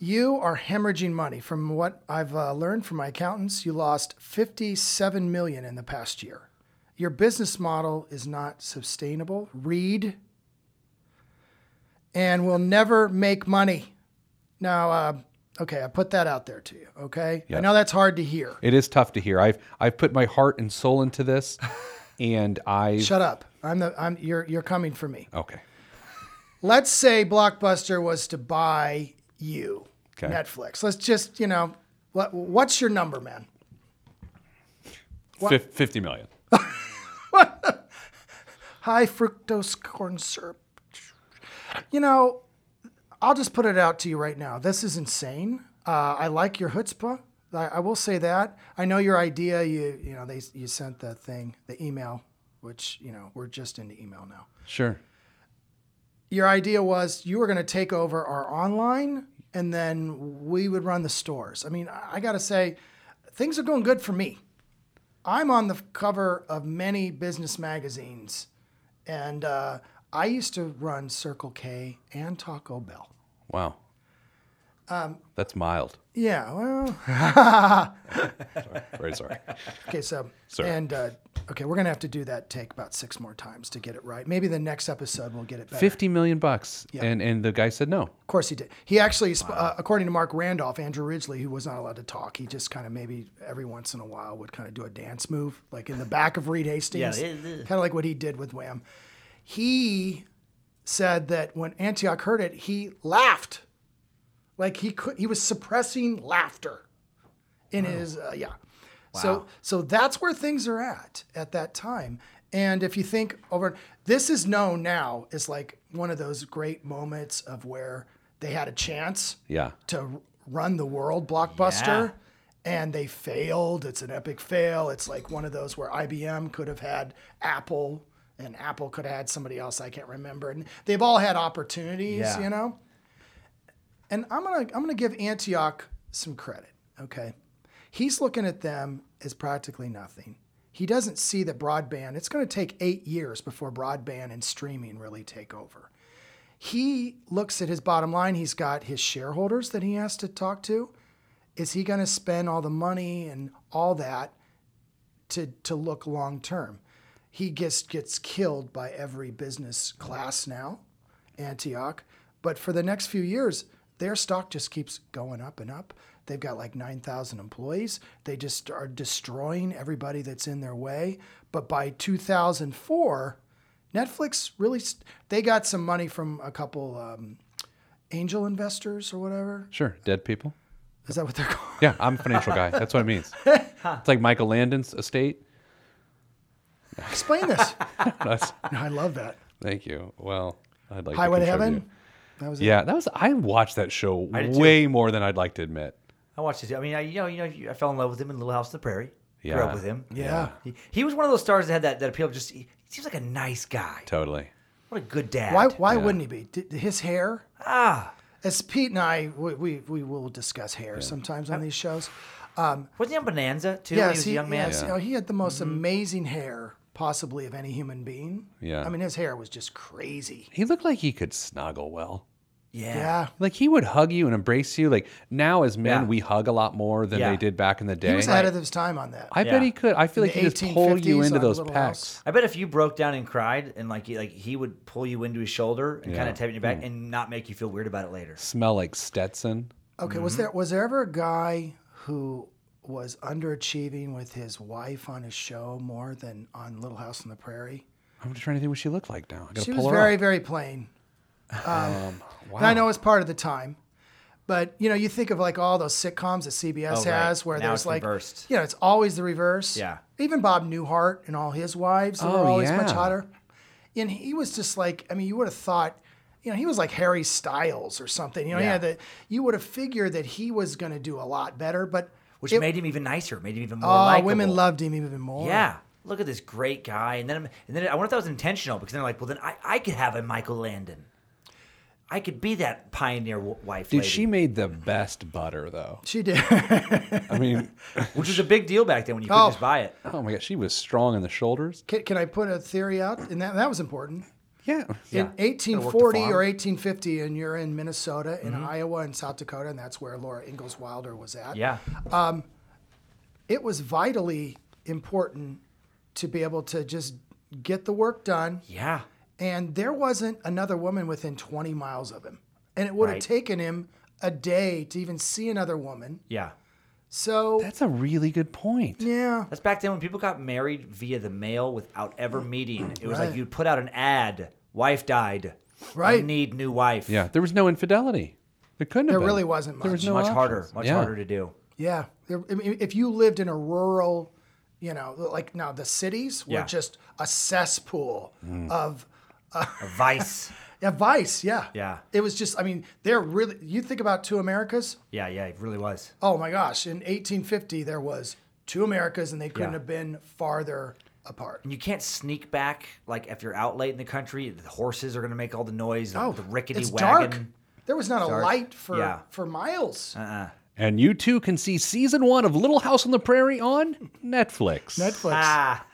You are hemorrhaging money. From what I've uh, learned from my accountants, you lost 57 million in the past year. Your business model is not sustainable. Read and will never make money. Now, uh, okay, I put that out there to you. Okay, I
Yes.
know that's hard to hear.
It is tough to hear. I've I've put my heart and soul into this, and I
Shut up. I'm the. I'm. You're. You're coming for me.
okay.
Let's say Blockbuster was to buy you,
Okay.
Netflix. Let's just, you know, what, what's your number, man?
Fif- Fifty million.
High fructose corn syrup. You know, I'll just put it out to you right now. This is insane. Uh, I like your chutzpah. I, I will say that. I know your idea. You, you know, they you sent the thing, the email, which you know we're just into email now.
Sure.
your idea was you were going to take over our online and then we would run the stores. I mean, I got to say, things are going good for me. I'm on the cover of many business magazines, and uh, I used to run Circle K and Taco Bell.
Wow.
Um,
That's mild.
Yeah, well,
Very sorry.
okay, so,
Sorry.
and uh, okay, we're going to have to do that take about six more times to get it right. Maybe the next episode we'll get it better.
Fifty million bucks, and and the guy said no.
Of course he did. He actually, sp uh, according to Mark Randolph, Andrew Ridgely, who was not allowed to talk, he just kind of maybe every once in a while would kind of do a dance move, like in the back of Reed Hastings,
Yeah, it- it-
kind of like what he did with Wham. He said that when Antioch heard it, he laughed, like he could. He was suppressing laughter in his uh, yeah. So so that's where things are at at that time. And if you think over this is known now as like one of those great moments of where they had a chance
Yeah.
to run the world blockbuster and they failed. It's an epic fail. It's like one of those where IBM could have had Apple and Apple could have had somebody else I can't remember. And they've all had opportunities,
Yeah.
you know? And I'm gonna I'm gonna give Antioch some credit. Okay. He's looking at them as practically nothing. He doesn't see that broadband, it's gonna take eight years before broadband and streaming really take over he looks at his bottom line. He's got his shareholders that he has to talk to. Is he going to spend all the money and all that to to look long term? He gets gets killed by every business class now, Antioch. But for the next few years, their stock just keeps going up and up. They've got like 9,000 employees. They just are destroying everybody that's in their way. But by 2004, Netflix really, st- they got some money from a couple um, angel investors or whatever.
Sure, dead people.
Is that what they're called?
Yeah, I'm a financial guy. That's what it means. It's like Michael Landon's estate.
Explain this.
That's-
No, I love that.
thank you. Well, I'd like
Highway
to
to
contribute.
Heaven. That was it.
Yeah, that was. I watched that show
did too.
way more than I'd like to admit.
I watched this. I mean, I, you know, you know, I fell in love with him in Little House on the Prairie. Grew
Yeah.
up with him.
Yeah.
He, he was one of those stars that had that, that appeal. Of just he, he seems like a nice guy.
Totally.
What a good dad.
Why, why wouldn't he be? Did, his hair?
Ah,
As Pete and I, we, we, we will discuss hair sometimes on these shows.
wasn't he on Bonanza too? when he was a young man.
yes, you know, oh, he had the most amazing hair possibly of any human being.
Yeah.
I mean, his hair was just crazy.
He looked like he could snuggle well.
Yeah.
Yeah.
Like he would hug you and embrace you. Like now, as men,
Yeah.
we hug a lot more than
Yeah.
they did back in the day.
He was ahead of his time on that.
I
Yeah.
bet he could. I feel
In
like
the
he just pull you
1850s
into
on
those
Little
pecs.
House.
I bet if you broke down and cried and like he, like he would pull you into his shoulder and kind
Yeah. Hmm.
of tap you in your back and not make you feel weird about it later.
Smell like Stetson.
Okay, was there was there ever a guy who was underachieving with his wife on his show more than on Little House on the Prairie?
I'm just trying to think what she looked like now. I gotta
She
pull
was
her
very,
up. Um,
very plain.
Wow.
And I know it's part of the time. But you know, you think of like all those sitcoms that CBS
Oh, right.
has where
Now
there's
it's
like
reversed.
you know, it's always the reverse.
Yeah.
Even Bob Newhart and all his wives who
Oh,
were always much
yeah.
hotter. And he was just like I mean, you would have thought you know, he was like Harry Styles or something. You know,
Yeah.
yeah, that you would have figured that he was gonna do a lot better, but
Which
it-
made him even nicer, made him even more
Oh,
likable.
women loved him even more.
Yeah. Look at this great guy. And then and then I wonder if that was intentional because they're like, well, then I, I could have a Michael Landon. I could be that pioneer w- wife.
Dude,
lady,
she made the best butter though.
She did.
I mean,
which was a big deal back then when you could
Oh.
just buy it.
oh my god, she was strong in the shoulders.
can, can I put a theory out? And that, that was important.
Yeah.
In
Yeah.
1840
farm. Mm-hmm.
or 1850, and you're in Minnesota and Iowa and South Dakota, and that's where Laura Ingalls Wilder was at.
Yeah.
It was vitally important to be able to just get the work done.
Yeah.
And there wasn't another woman within 20 miles of him. And it would
Right.
have taken him a day to even see another woman.
Yeah.
So,
That's a really good point.
yeah.
That's back then when people got married via the mail without ever meeting. It was like
Right.
you'd put out an ad, wife died.
Right.
You need new wife.
Yeah, there was no infidelity. There couldn't have
There
been.
really wasn't much.
There was
It's
no
much
options.
harder. Much
Yeah.
harder to do.
Yeah, There- I mean, if you lived in a rural, you know, like now the cities were
Yeah. Mm.
just a cesspool of
A vice.
yeah, vice. Yeah,
Yeah.
It was just, I mean, they're really. You think about two Americas.
yeah, yeah, it really was.
Oh my gosh! In 1850, there was two Americas, and they couldn't
Yeah.
have been farther apart.
And you can't sneak back like if you're out late in the country, the horses are gonna make all the noise, the,
Oh,
the rickety
it's
wagon.
dark. There was not a light for
Yeah. Uh-huh.
for miles.
And you too can see season one of Little House on the Prairie on Netflix.
Netflix,
Ah,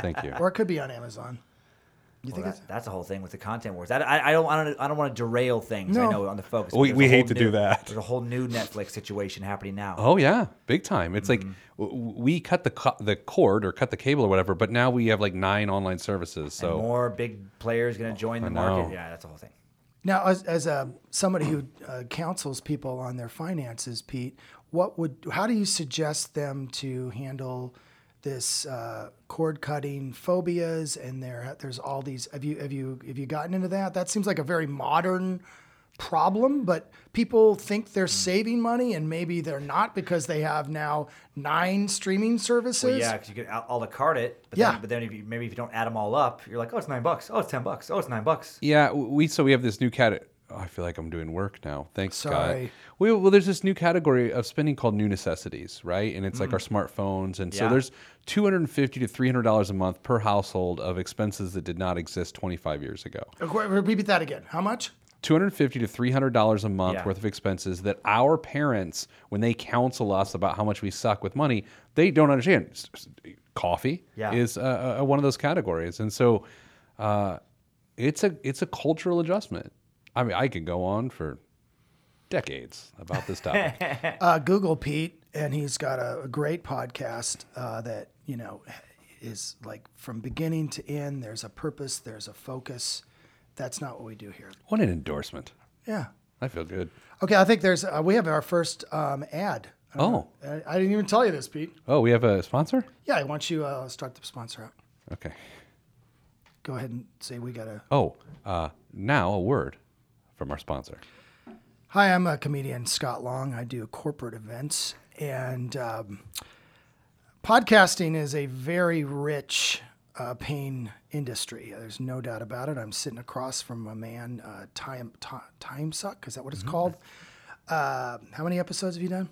Thank you.
or it could be on Amazon. You think
that-
it's
that's the whole thing with the content wars. I, I, I don't, I don't, I don't want to derail things. I
No.
know on the focus.
We-
but there's
we
a
hate
whole
to do
new-
that.
There's a whole new Netflix situation happening now.
Oh yeah, big time. It's like
Mm-hmm.
w- we cut the co- the cord or cut the cable or whatever, but now we have like nine online services.
And
So
more big players going to join the
know.
market. Yeah, that's the whole thing.
Now, as, as a somebody who uh, counsels people on their finances, Pete, what would how do you suggest them to handle this uh, cord cutting phobias and there there's all these have you have you have you gotten into that? That seems like a very modern problem, but people think
Hmm.
they're saving money and maybe they're not because they have now nine streaming services.
Well, yeah, because you could a a la carte it. But
Yeah.
Then, but then if you, maybe if you don't add them all up, you're like, oh, it's nine bucks. Oh, it's ten bucks. Oh, it's nine bucks.
yeah, w- we so we have this new cat. Oh, I feel like I'm doing work now. Thanks, Scott.
Sorry.
We, well, there's this new category of spending called new necessities, right? And it's like our smartphones, and so
Mm-hmm. Yeah.
there's 250 to 300 dollars a month per household of expenses that did not exist 25 years ago.
Okay, Repeat that again. How much?
250 to 300 dollars a month
Yeah.
worth of expenses that our parents when they counsel us about how much we suck with money they don't understand S- s- coffee
Yeah.
is uh, uh, one of those categories and so uh, it's a it's a cultural adjustment i mean i could go on for decades about this topic
uh, Google Pete, and he's got a, a great podcast uh, that you know is like from beginning to end. There's a purpose. There's a focus. That's not what we do here.
what an endorsement
Yeah,
I feel good.
Okay, I think there's uh, we have our first um, ad. I don't
Oh,
know. I, I didn't even tell you this, Pete.
oh, we have a sponsor.
Yeah, I want you uh, start the sponsor out.
Okay.
Go ahead and say we got to.
Oh, uh, now a word from our sponsor.
Hi, I'm a comedian, Scott Long. I do corporate events, and um, podcasting is a very rich uh, pain industry. There's no doubt about it. I'm sitting across from a man, uh, Time Ti- Time Suck. Is that what it's called? Uh, how many episodes have you done?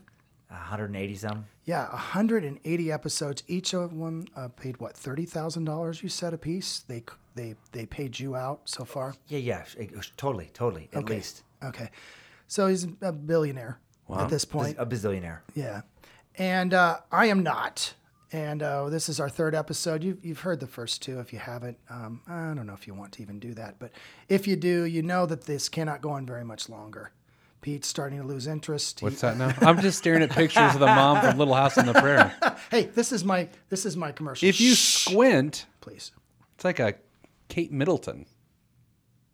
180 some.
Yeah, 180 episodes. Each of them uh, paid what thirty thousand dollars? You said a piece. They c- they they paid you out so far.
Yeah, yeah, sh- it- sh- totally, totally. At
Okay.
least
Okay, so he's a billionaire at this point.
a bazillionaire.
Yeah, and uh, I am not. And uh, this is our third episode. You've, you've heard the first two. If you haven't, um, I don't know if you want to even do that. But if you do, you know that this cannot go on very much longer. Pete's starting to lose interest. He-
What's that now? I'm just staring at pictures of the mom from Little House on the Prairie.
hey, this is my this is my commercial.
If you
Shh,
squint,
please.
it's like a Kate Middleton.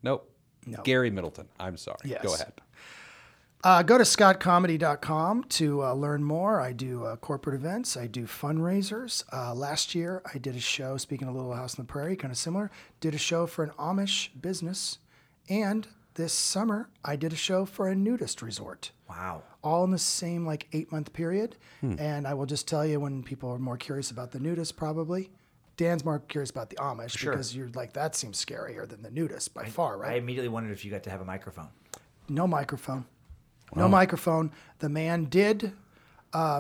Nope.
No.
Gary Middleton. I'm sorry. Go
Yes.
ahead.
Uh, go to scottcomedy.com to uh, learn more. I do uh, corporate events, I do fundraisers. Uh, last year, I did a show, speaking of Little House on the Prairie, kind of similar, did a show for an Amish business. And this summer, I did a show for a nudist resort,
Wow.
all in the same like eight month period. And I will just tell you when people are more curious about the nudist, probably. Dan's more curious about the Amish because you're like, that seems scarier than the nudist by far, right?
I immediately wondered if you got to have a microphone.
no microphone. No microphone. The man did um,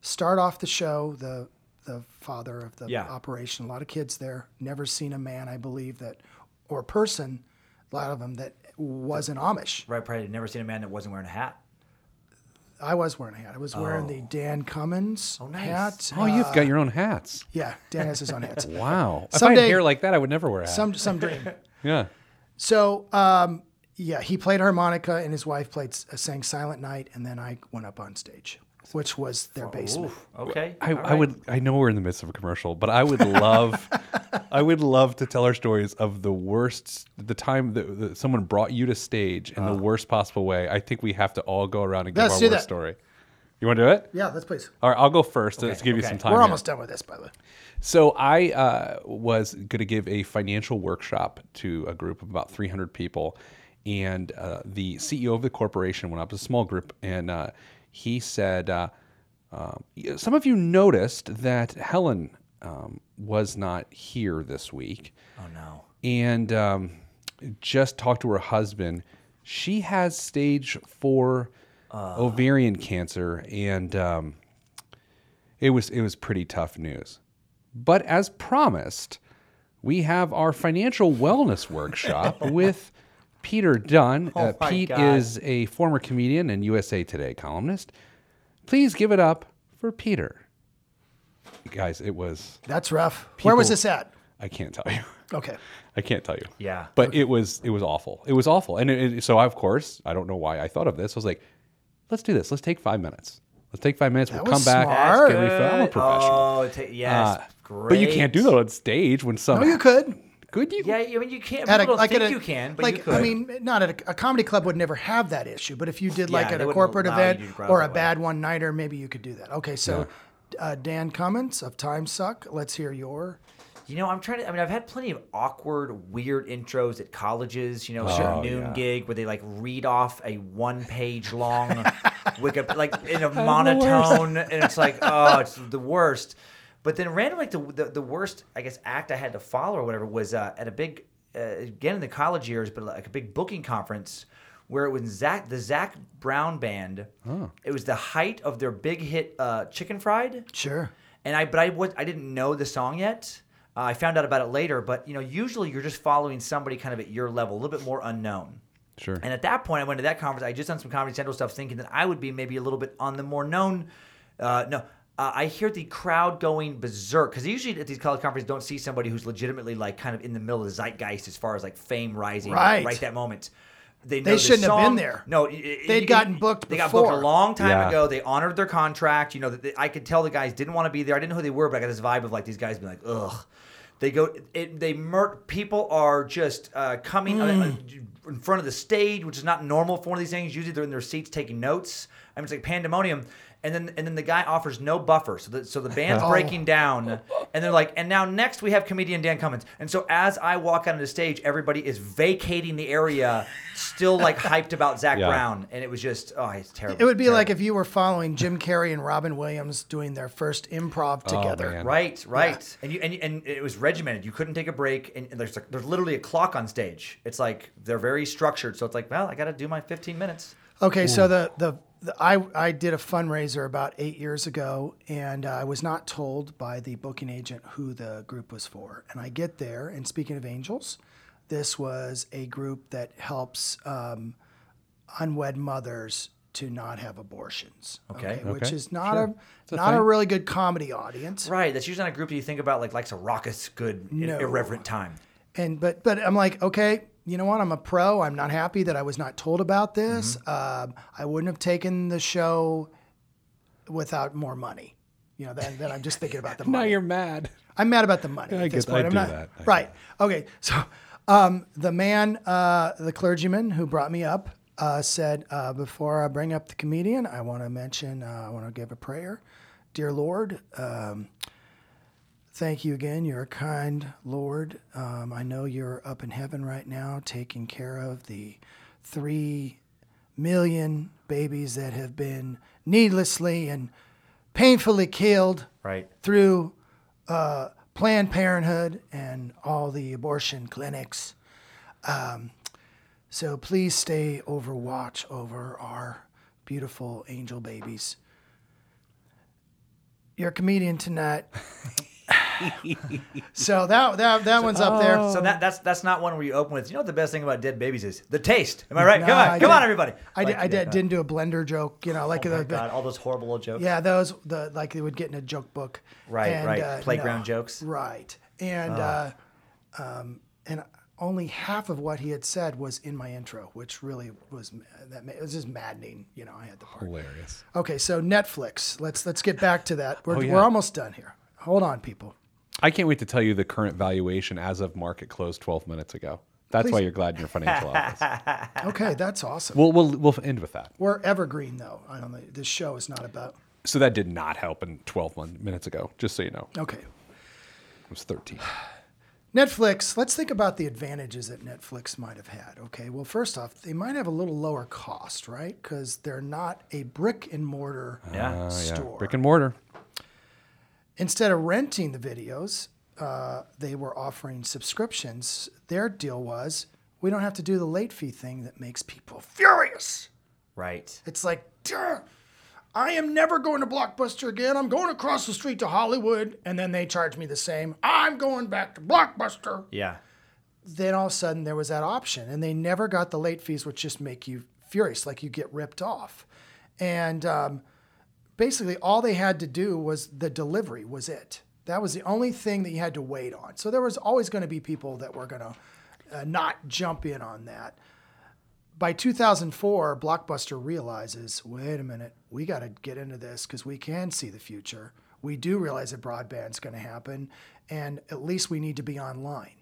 start off the show, the the father of the
Yeah.
operation. A lot of kids there. Never seen a man, I believe, that or person, a lot of them that was an Amish.
Right, probably never seen a man that wasn't wearing a hat.
I was wearing a hat. I was wearing the Dan Cummins
nice.
hat.
Oh,
Uh,
you've got your own hats.
yeah, Dan has his own hats.
Wow. If I
Uh, someday-
had hair like that, I would never wear a hat.
Some some dream.
yeah.
So, um, yeah, he played harmonica and his wife played uh, sang Silent Night, and then I went up on stage, which was their basement.
Oof, okay.
I,
all
I
right.
would. I know we're in the midst of a commercial, but I would love, I would love to tell our stories of the worst, the time that, that someone brought you to stage in the worst possible way. I think we have to all go around and give
Uh. Let's
our
do
worst
that.
story. You want to do it?
Yeah, let's please.
All right, I'll go first. Let's give you
okay.
some time.
We're
here.
almost done with this, by the way.
So I uh, was going to give a financial workshop to a group of about 300 people, and uh, the CEO of the corporation went up to a small group, and uh, he said, uh, um, "Yeah, "Some of you noticed that Helen um, was not here this week."
Oh no.
and um, just talked to her husband. She has stage four
Ah.
ovarian cancer, and um, it was it was pretty tough news. But as promised, we have our financial wellness workshop with Peter Dunn. Uh,
Oh my
Pete
God.
is a former comedian and USA Today columnist. Please give it up for Peter. Guys, it was
That's rough. Where was
People-
this at?
I can't tell you.
Okay.
I can't tell you.
Yeah.
But it was it was awful. It was awful. And it, it- so I, of course, I don't know why I thought of this. I was like, let's do this. Let's take five minutes. Let's take five minutes.
That
we'll
was
come back.
smart.
Get refill. I'm a
Good.
professional.
Oh, ta- yes.
Uh,
great.
But you can't do that on stage when some.
Oh, you could.
Could you?
Yeah, I mean you can't.
At
People don't
like
think
at a-
you can, but
like,
you could.
I mean, not at a, a comedy club would never have that issue. But if you did like
Yeah,
at
they
a
wouldn't
corporate
allow you
event
to grab
or
that
a
way.
bad one nighter, maybe you could do that. Okay, so uh, Dan Cummins of Time Suck, let's hear your.
You know, I'm trying to. I mean, I've had plenty of awkward, weird intros at colleges. You know, certain noon
yeah.
gig where they like read off a one page long Wikipedia, like in a
worst.
monotone, and it's like, oh, it's the worst. But then randomly, like the, the the worst, I guess, act I had to follow or whatever was uh, at a big, uh, again in the college years, but like a big booking conference where it was Zach, the Zach Brown band. It was the height of their big hit, uh, Chicken Fried
Sure.
and I but I was I didn't know the song yet. Uh, I found out about it later, but you know, usually you're just following somebody kind of at your level, a little bit more unknown.
Sure.
And at that point, I went to that conference. I just done some Comedy Central stuff, thinking that I would be maybe a little bit on the more known. Uh, no, uh, I hear the crowd going berserk because usually at these college conferences, don't see somebody who's legitimately like kind of in the middle of the zeitgeist as far as like fame rising
Right.
right that moment. They, know
They
the
shouldn't have been
song.
there.
No, it- it-
They'd
it-
gotten booked
They got booked
before.
a long time
Yeah.
ago. They honored their contract. You know, that they- I could tell the guys didn't want to be there. I didn't know who they were, but I got this vibe of like these guys being like, ugh. They go. It, they mur- People are just uh, coming uh, in front of the stage, which is not normal for one of these things. Usually they're in their seats taking notes. I mean, it's like pandemonium. And then and then the guy offers no buffer, so the so the band's breaking down, and they're like, and now next we have comedian Dan Cummins. And so as I walk onto the stage, everybody is vacating the area, still like hyped about Zach
Yeah.
Brown, and it was just oh, it's terrible.
It would be
terrible.
like if you were following Jim Carrey and Robin Williams doing their first improv
Oh,
together.
man.
Right, right. And you and, you- and it was regimented. You couldn't take a break, and, and there's like, there's literally a clock on stage. It's like they're very structured. So it's like, well, I got to do my 15 minutes.
Okay, so the, the the I I did a fundraiser about eight years ago, and I was not told by the booking agent who the group was for. And I get there, and speaking of angels, this was a group that helps um, unwed mothers to not have abortions.
Okay.
which
Okay,
is not a
a
not a
thing.
really good comedy audience.
Right. That's usually not a group that you think about like likes a raucous, good, ir-
No.
irreverent time.
and but but I'm like, okay, you know what? I'm a pro. I'm not happy that I was not told about this. Um, I wouldn't have taken the show without more money. You know, then, then I'm just thinking about the
Now
money.
you're mad.
I'm mad about the money
I
at this
get- I
point. am
do
not
that. I do
right. Okay, so um, the man, uh, the clergyman who brought me up, uh, said, uh, "Before I bring up the comedian, I want to mention. Uh, I want to give a prayer, dear Lord." Um, Thank you again. You're a kind Lord. Um, I know you're up in heaven right now taking care of the three million babies that have been needlessly and painfully killed
Right.
through uh, Planned Parenthood and all the abortion clinics. Um, so please stay over watch over our beautiful angel babies. You're a comedian tonight. so that that that one's up there.
So that that's that's not one where you open with. You know what the best thing about dead babies is the taste. Am I right?
Nah,
come on,
I
come
did-
on, everybody.
I, did,
Like,
I
yeah,
did, didn't do a blender joke, you know, like
Oh my
the,
God, all those horrible old jokes.
Yeah, those the like they would get in a joke book.
Right, right. Playground
no.
jokes. Ah.
Right, and uh, um, and only half of what he had said was in my intro, which really was that ma- it was just maddening. You know, I had the part.
Hilarious.
Okay, so Netflix. Let's let's get back to that. We're
yeah.
we're almost done here. Hold on, people.
I can't wait to tell you the current valuation as of market close 12 minutes ago. That's why
Please.
you're glad in your financial office.
Okay, that's awesome.
We'll, we'll, we'll end with that.
We're evergreen though. I don't know. This show is not about.
So that did not help in 12 mon- minutes ago, just so you know.
Okay,
It was 13.
Netflix, let's think about the advantages that Netflix might have had. Okay, well, first off, they might have a little lower cost, right? Because they're not a brick and mortar
Yeah.
Oh, yeah.
store.
Brick and mortar.
Instead of renting the videos, uh, they were offering subscriptions. Their deal was we don't have to do the late fee thing that makes people furious.
Right.
It's like, "Duh, I am never going to Blockbuster again. I'm going across the street to Hollywood. And then they charge me the same. I'm going back to Blockbuster
Yeah.
then all of a sudden there was that option and they never got the late fees which just make you furious like you get ripped off and um, basically all they had to do was the delivery was it that was the only thing that you had to wait on so there was always going to be people that were going to uh, not jump in on that by 2004 blockbuster realizes wait a minute we got to get into this because we can see the future we do realize that broadband's going to happen and at least we need to be online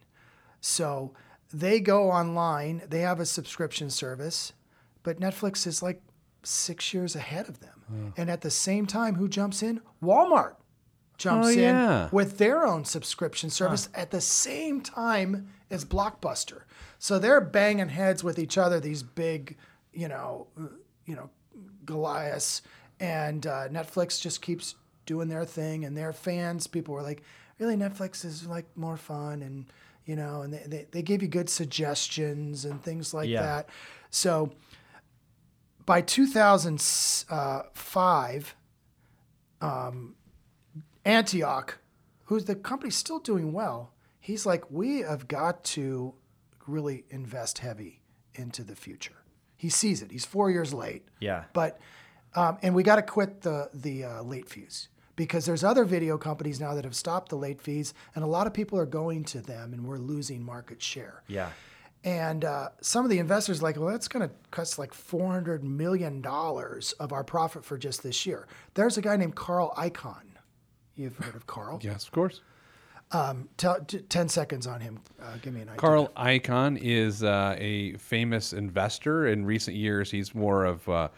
so they go online, they have a subscription service, but Netflix is like six years ahead of them. And at the same time, who jumps in? Walmart jumps
Oh,
in
yeah.
with their own subscription service at the same time as Blockbuster. So they're banging heads with each other, these big, you know, uh, you know, Goliaths. And uh, Netflix just keeps doing their thing, and their fans, people were like, really, Netflix is like more fun, and you know, and they, they, they give you good suggestions and things like
Yeah.
that. So by 2005, um, Antioch, who's the company's still doing well, he's like, we have got to really invest heavy into the future. He sees it. He's four years late.
Yeah.
But um, and we got to quit the the uh, late fees because there's other video companies now that have stopped the late fees, and a lot of people are going to them, and we're losing market share.
Yeah.
And uh, some of the investors are like, well, that's going to cost like $400 million of our profit for just this year. There's a guy named Carl Icahn. You've heard of Carl.
Yes, of course.
Um, tell t- 10 seconds on him. Uh, give me an idea.
Carl Icahn is uh, a famous investor. In recent years, he's more of uh,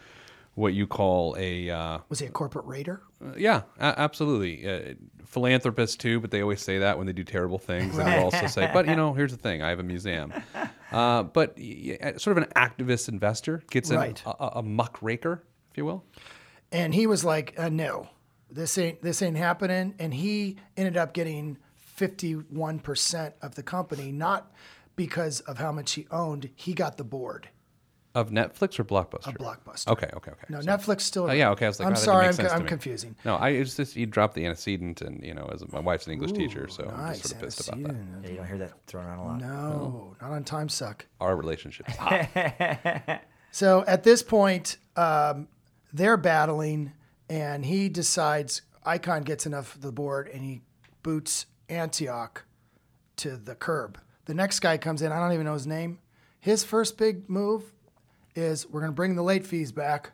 what you call a uh,
Was he a corporate raider?
yeah, a- absolutely uh, philanthropist too. But they always say that when they do terrible things, and they'll also say, "But you know, here's the thing: I have a museum." Uh, but y- y- sort of an activist investor gets an-
Right.
a, a, a muckraker, if you will.
And he was like, uh, no, this ain't this ain't happening. And he ended up getting 51% of the company, not because of how much he owned. He got the board
Of Netflix or Blockbuster?
of Blockbuster.
Okay, okay, okay.
No, Netflix still.
Oh, yeah, okay. I was like,
I'm
wow, that didn't
sorry,
make
I'm, co-
sense to
I'm
me.
confusing.
No, I it's just you dropped the antecedent, and you know, as my wife's an English teacher, so I'm just
Nice.
sort of pissed about that.
antecedent.
Yeah, you don't hear that thrown around a lot.
No, not on Time Suck.
Our relationship's hot.
So at this point, um, they're battling, and he decides Icon gets enough of the board, and he boots Antioch to the curb. The next guy comes in. I don't even know his name. His first big move is we're going to bring the late fees back.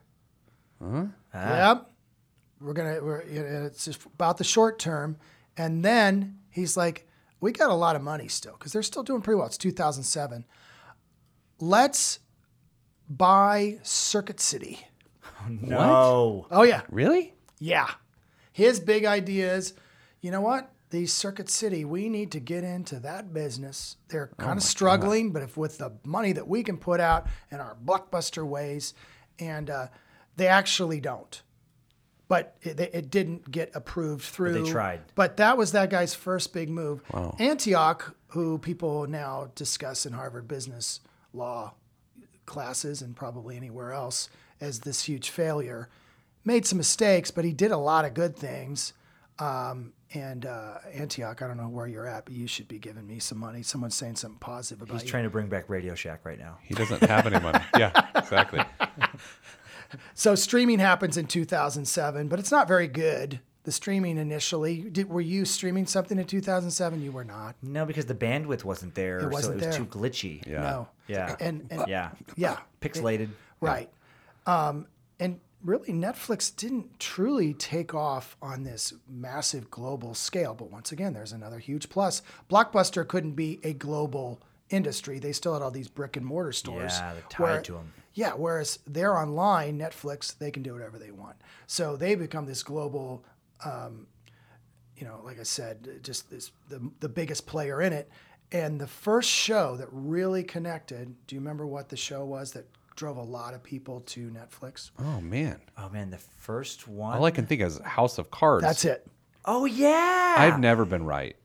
Yep. We're gonna. We're, you know, it's just about the short term, and then he's like, "We got a lot of money still because they're still doing pretty well. It's 2007. Let's buy Circuit City."
No.
Oh yeah,
really?
yeah. His big idea is, you know what? These Circuit City, we need to get into that business. They're kind of struggling, but if with the money that we can put out and our blockbuster ways, and uh, they actually don't. But it, they- it didn't get approved through.
they tried.
But that was that guy's first big move. Antioch, who people now discuss in Harvard business law classes and probably anywhere else as this huge failure. Made some mistakes, but he did a lot of good things. Um, and uh, Antioch, I don't know where you're at, but you should be giving me some money. Someone's saying something positive about
He's
you.
trying to bring back Radio Shack right now.
He doesn't have any money. Yeah, exactly.
so streaming happens in 2007, but it's not very good. The streaming initially, did, were you streaming something in 2007? You were not.
No, because the bandwidth wasn't there, so
wasn't
it was
there.
too glitchy.
Yeah.
No.
Uh, Yeah.
And, and
Yeah.
yeah.
Pixelated.
Right. Um, and really, Netflix didn't truly take off on this massive global scale. But once again, there's another huge plus. Blockbuster couldn't be a global industry. They still had all these brick and mortar stores.
Yeah, they're tied to 'em.
Yeah, whereas they're online, Netflix, they can do whatever they want. So they become this global you know, like I said, just this, the the biggest player in it. And the first show that really connected. Do you remember what the show was that drove a lot of people to Netflix?
Oh man,
Oh man, the first one.
all I can think is House of Cards.
That's it.
oh yeah.
I've never been right.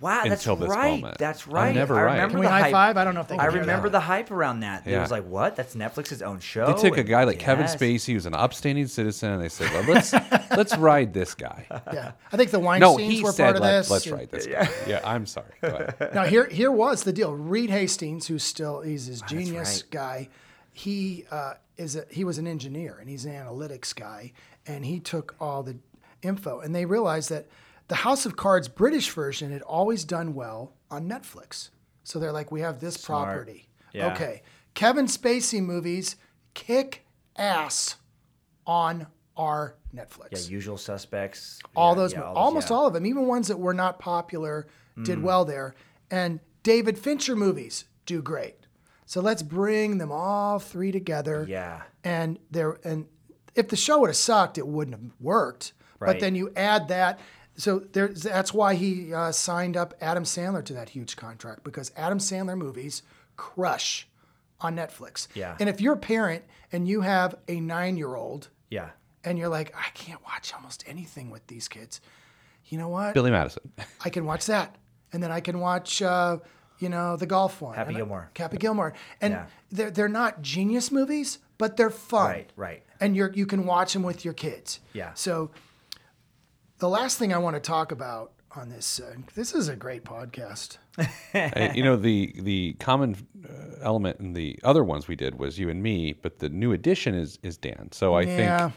wow, that's
until this
right.
moment.
That's
I'm
right.
never
I
right.
remember
Can
Can we
the
high
hype.
five? I don't know if they.
I
can hear
remember
that.
the hype around that. It
Yeah.
was like, what? That's Netflix's own show.
Oh,
They took a
And-
guy like Kevin
yes.
Spacey, who's an upstanding citizen, and they said, well, "Let's let's ride this guy."
Yeah, I think the wine
No,
scenes
he
were part
said,
of
Let,
this.
"Let's ride this guy." Yeah, I'm sorry. Go ahead.
now here here was the deal. Reed Hastings, who's still he's
Oh,
his genius guy, he uh, is a, he was an engineer and he's an analytics guy, and he took all the info and they realized that the House of Cards British version had always done well on Netflix. So they're like, we have this property.
Yeah.
Okay, Kevin Spacey movies kick ass on our Netflix
Yeah, Usual Suspects.
all
yeah,
those,
yeah,
mo-
all those-
almost
yeah. Mm.
all of them, even ones that were not popular, did well there. And David Fincher movies do great. So let's bring them all three together.
Yeah.
And there, and if the show would have sucked, it wouldn't have worked. But
Right.
then you add that. So there's, that's why he uh, signed up Adam Sandler to that huge contract because Adam Sandler movies crush on Netflix.
Yeah.
And if you're a parent and you have a nine year old
Yeah.
and you're like, I can't watch almost anything with these kids. You know what?
Billy Madison.
I can watch that, and then I can watch, uh, you know, the golf one.
Happy
and-
Gilmore.
Happy Gilmore, and
Yeah.
they're they're not genius movies, but they're fun.
Right, right.
And you're you can watch them with your kids.
Yeah.
So, the last thing I want to talk about on this uh, this is a great podcast.
I- you know the the common uh, element in the other ones we did was you and me, but the new addition is is Dan. So I
Yeah.
think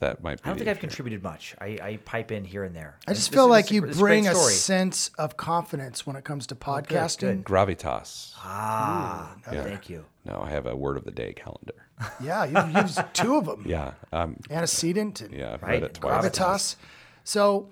that might be.
I don't think I've contributed much. I, I pipe in here and there.
I just feel like you bring a,
a story.
sense of confidence when it comes to podcasting.
gravitas.
ah, thank you.
No, I have a word of the day calendar.
Yeah, you've used two of them.
Yeah, um,
Antecedent and
yeah, I've
Right,
read it twice.
gravitas.
gravitas. So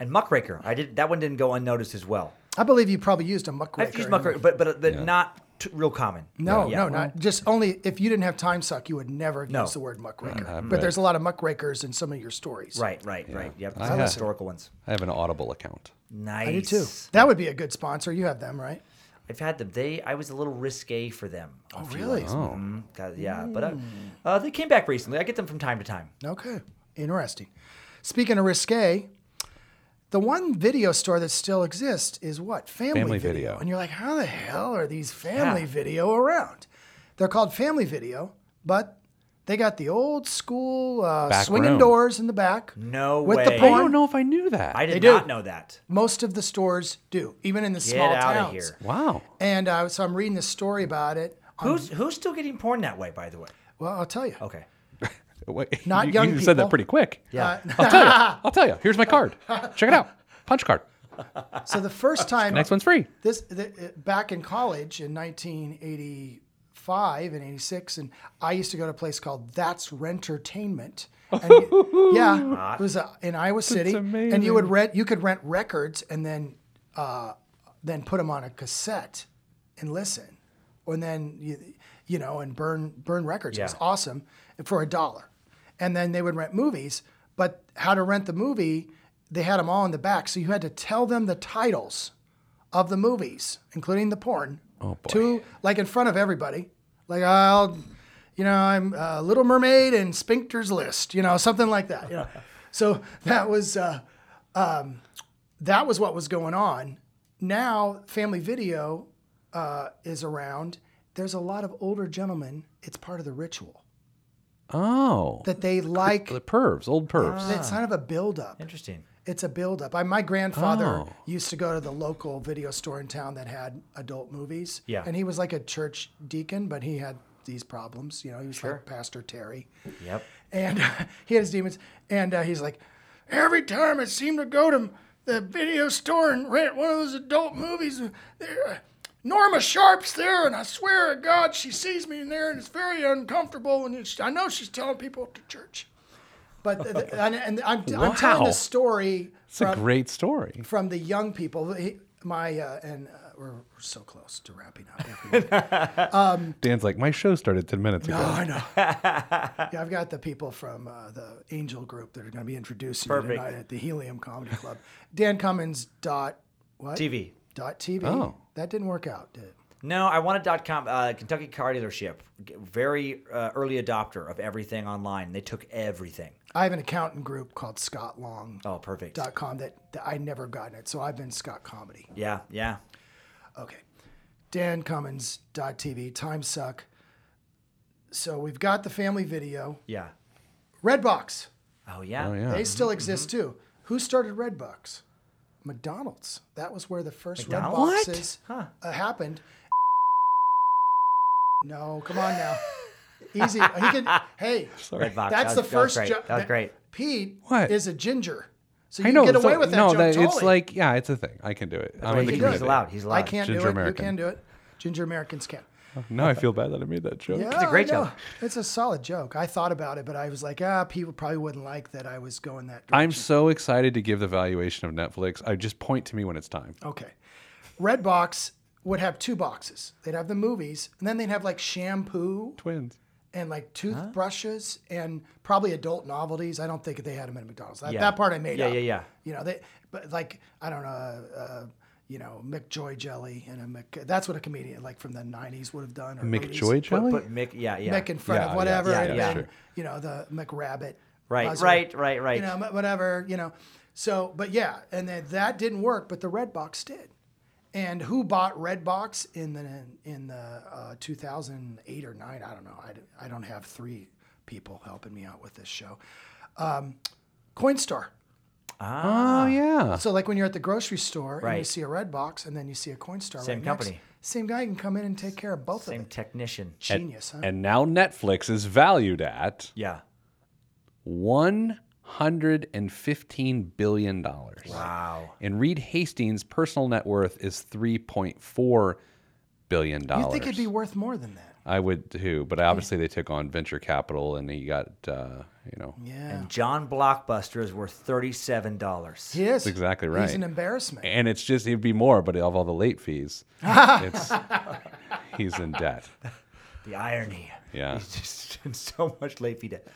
and Muckraker. I did that one didn't go unnoticed as well.
I believe you probably used a muckraker.
I've used
in-
Muckraker, but but, but not t- real common.
No,
Yeah.
no, not just only if you didn't have time suck, you would never have
No. Mm-hmm.
used the word muckraker. but
right.
there's a lot of muckraker in some of your stories.
Right, right, right. Yep,
I
some
had-
historical ones.
I have an Audible account.
Nice.
I do too. That would be a good sponsor. You have them, right?
I've had them. They I was a little risque for them. Oh
really?
Mm, God, yeah, but uh,
Mm.
uh, they came back recently. I get them from time to time.
Okay. Interesting. Speaking of risque, the one video store that still exists is what? Family,
Family Video.
And you're like, how the hell are these family
Yeah.
video around? They're called Family Video, but they got the old school uh,
Back
swinging
room.
doors in the back.
No
with
way.
the
I
I don't
porn.
know if I knew that.
I did
do.
not know that.
Most of the stores do, even in the
Get
small
out
towns.
of here.
wow.
And uh, so I'm reading this story about it.
Who's who's still getting porn that way? By the way.
Well, I'll tell you.
Okay.
Wait,
Not
you,
young
You said that
people.
pretty quick.
Yeah.
Uh,
I'll tell you. I'll tell you. Here's my card. Check it out. Punch card.
so the first time,
Next one's free.
this the, uh, back in college in 1985 and 86, and I used to go to a place called That's Rentertainment. And you- yeah, it was uh, in Iowa City, and you would rent you could rent records and then uh, then put them on a cassette and listen, and then you, you know and burn burn records. It was
Yeah.
awesome for a dollar, and then they would rent movies. But how to rent the movie? They had them all in the back, so you had to tell them the titles of the movies, including the porn, to like in front of everybody. Like I'll, you know, I'm uh, Little Mermaid and Sphincter's List, you know, something like that. You know, so that was uh, um, that was what was going on. Now Family Video uh, is around. There's a lot of older gentlemen. It's part of the ritual
Oh,
that they like.
the pervs, old pervs.
It's kind of a buildup.
Interesting.
It's a buildup. I, my grandfather
Oh.
used to go to the local video store in town that had adult movies.
Yeah.
And he was like a church deacon, but he had these problems. You know, he was like Pastor Terry.
Yep.
And he had his demons. And uh, he's like, every time I seem to go to the video store and rent one of those adult movies, there, uh, Norma Sharp's there, and I swear to God, she sees me in there, and it's very uncomfortable. And it's, I know she's telling people at the church. But th- th- and, and I'm, I'm telling
Wow.
this story
It's a
from,
great story.
from the young people. He, my uh, and uh, we're, we're so close to wrapping up. everyone.
Dan's like, my show started 10 minutes ago.
oh, I know. Yeah, I've got the people from uh, the Angel Group that are going to be introducing
Perfect.
you tonight at the Helium Comedy Club. Dan Cummins dot what
TV.
dot TV.
Oh.
That didn't work out, did it?
No, I wanted dot .com. Uh, Kentucky Car Dealership, g- very uh, early adopter of everything online. They took everything.
I have an accountant group called Scott Long.
Oh, perfect.
Dot com that, that I never gotten it, so I've been Scott Comedy.
Yeah, yeah.
Okay. Dan Cummins dot TV. Time suck. So we've got the family video.
Yeah.
Redbox.
Oh yeah.
Oh, yeah.
They still exist too. Who started Redbox? McDonald's. That was where the first Red
McDonald's?
Boxes
Huh.
uh, happened. No, come on now. Easy. He can, hey,
Red box.
that's
that
the
was,
first
That was
jo-
great. That was
that-
great.
Pete
What?
is a ginger. So
I
you
know.
get away
so-
with that.
No,
joke
that, it's
totally.
like, yeah, it's a thing. I can do it. I'm in the
He
community.
does.
He's allowed. He's allowed.
I can't do
Ginger
it.
American.
You can do it. Ginger Americans can.
Now I feel bad that I made that joke.
Yeah,
a great
I know.
joke.
It's a solid joke. I thought about it, but I was like, ah, people probably wouldn't like that I was going that direction.
I'm so excited to give the valuation of Netflix. I just point to me when it's time.
Okay. Redbox would have two boxes. They'd have the movies, and then they'd have like shampoo
Twins.
and like toothbrushes and probably adult novelties. I don't think they had them at McDonald's. That,
Yeah.
that part I made
Yeah,
up.
yeah, yeah.
You know, they but like I don't know, uh, you know, McJoy jelly and a Mc. That's what a comedian like from the '90s would have done. Or
McJoy
80s.
Jelly?
Put Mick. Yeah, yeah.
Mc in front
Yeah,
of
yeah,
whatever,
yeah,
and
yeah,
then,
sure.
you know the McRabbit.
Right,
buzzer.
right, right, right.
You know, m- whatever, you know. So, but yeah, and then that didn't work, but the Red Box did. And who bought Red Box in the in the uh, 2008 or nine? I don't know. I, d- I don't have three people helping me out with this show. Um, Coinstar. uh,
Oh, yeah.
So like when you're at the grocery store and you
Right.
see a Red Box and then you see a Coinstar.
Same
right next,
company.
same guy can come in and take care of both of
Same
them.
technician.
Genius, huh?
And now Netflix is valued at
Yeah.
$115 billion.
Wow.
And Reed Hastings' personal net worth is $3.4 billion.
You think it'd be worth more than that?
I would too, but obviously they took on venture capital, and he got uh, you know
Yeah.
And John Blockbuster is worth thirty-seven dollars.
He is.
That's exactly
He's
right.
an embarrassment.
and it's just it'd be more, but of all the late fees, it's, he's in debt.
The irony.
Yeah.
He's just in so much late fee debt.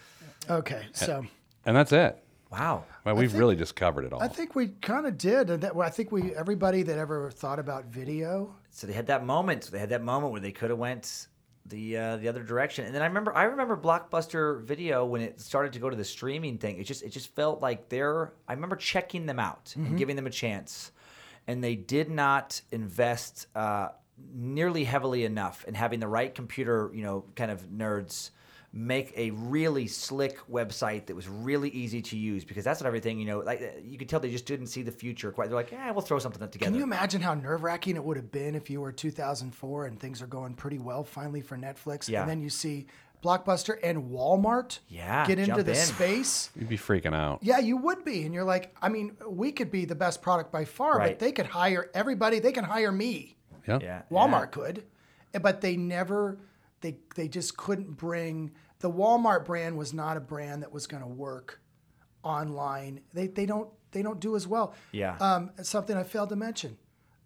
Okay. So
And that's it.
Wow.
Well, we've really just covered it all.
I think we kind of did. and That, well, I think we, everybody that ever thought about video,
So they had that moment. So they had that moment where they could have went the uh, the other direction. And then I remember I remember Blockbuster Video when it started to go to the streaming thing. It just it just felt like they're. I remember checking them out
Mm-hmm.
and giving them a chance, and they did not invest uh, nearly heavily enough in having the right computer. You know, kind of nerds. Make a really slick website that was really easy to use because that's what everything you know. Like you could tell they just didn't see the future quite. They're like, yeah, we'll throw something together.
Can you imagine how nerve wracking it would have been if you were 2004 and things are going pretty well finally for Netflix,
Yeah.
and then you see Blockbuster and Walmart
Yeah,
get into
jump
the
in.
space?
You'd be freaking out.
Yeah, you would be, and you're like, I mean, we could be the best product by far,
Right.
but they could hire everybody. They can hire me.
Yeah.
yeah,
Walmart could, eh, but they never. They they just couldn't bring the Walmart brand was not a brand that was going to work online. They they don't they don't do as well.
Yeah.
Um, something I failed to mention.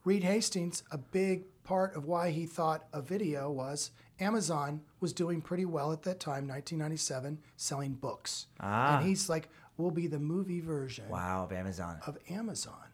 Reed Hastings, a big part of why he thought a video was Amazon was doing pretty well at that time, 1997, selling books. Ah. And he's like, we'll be the movie version
Wow, of Amazon.
of Amazon.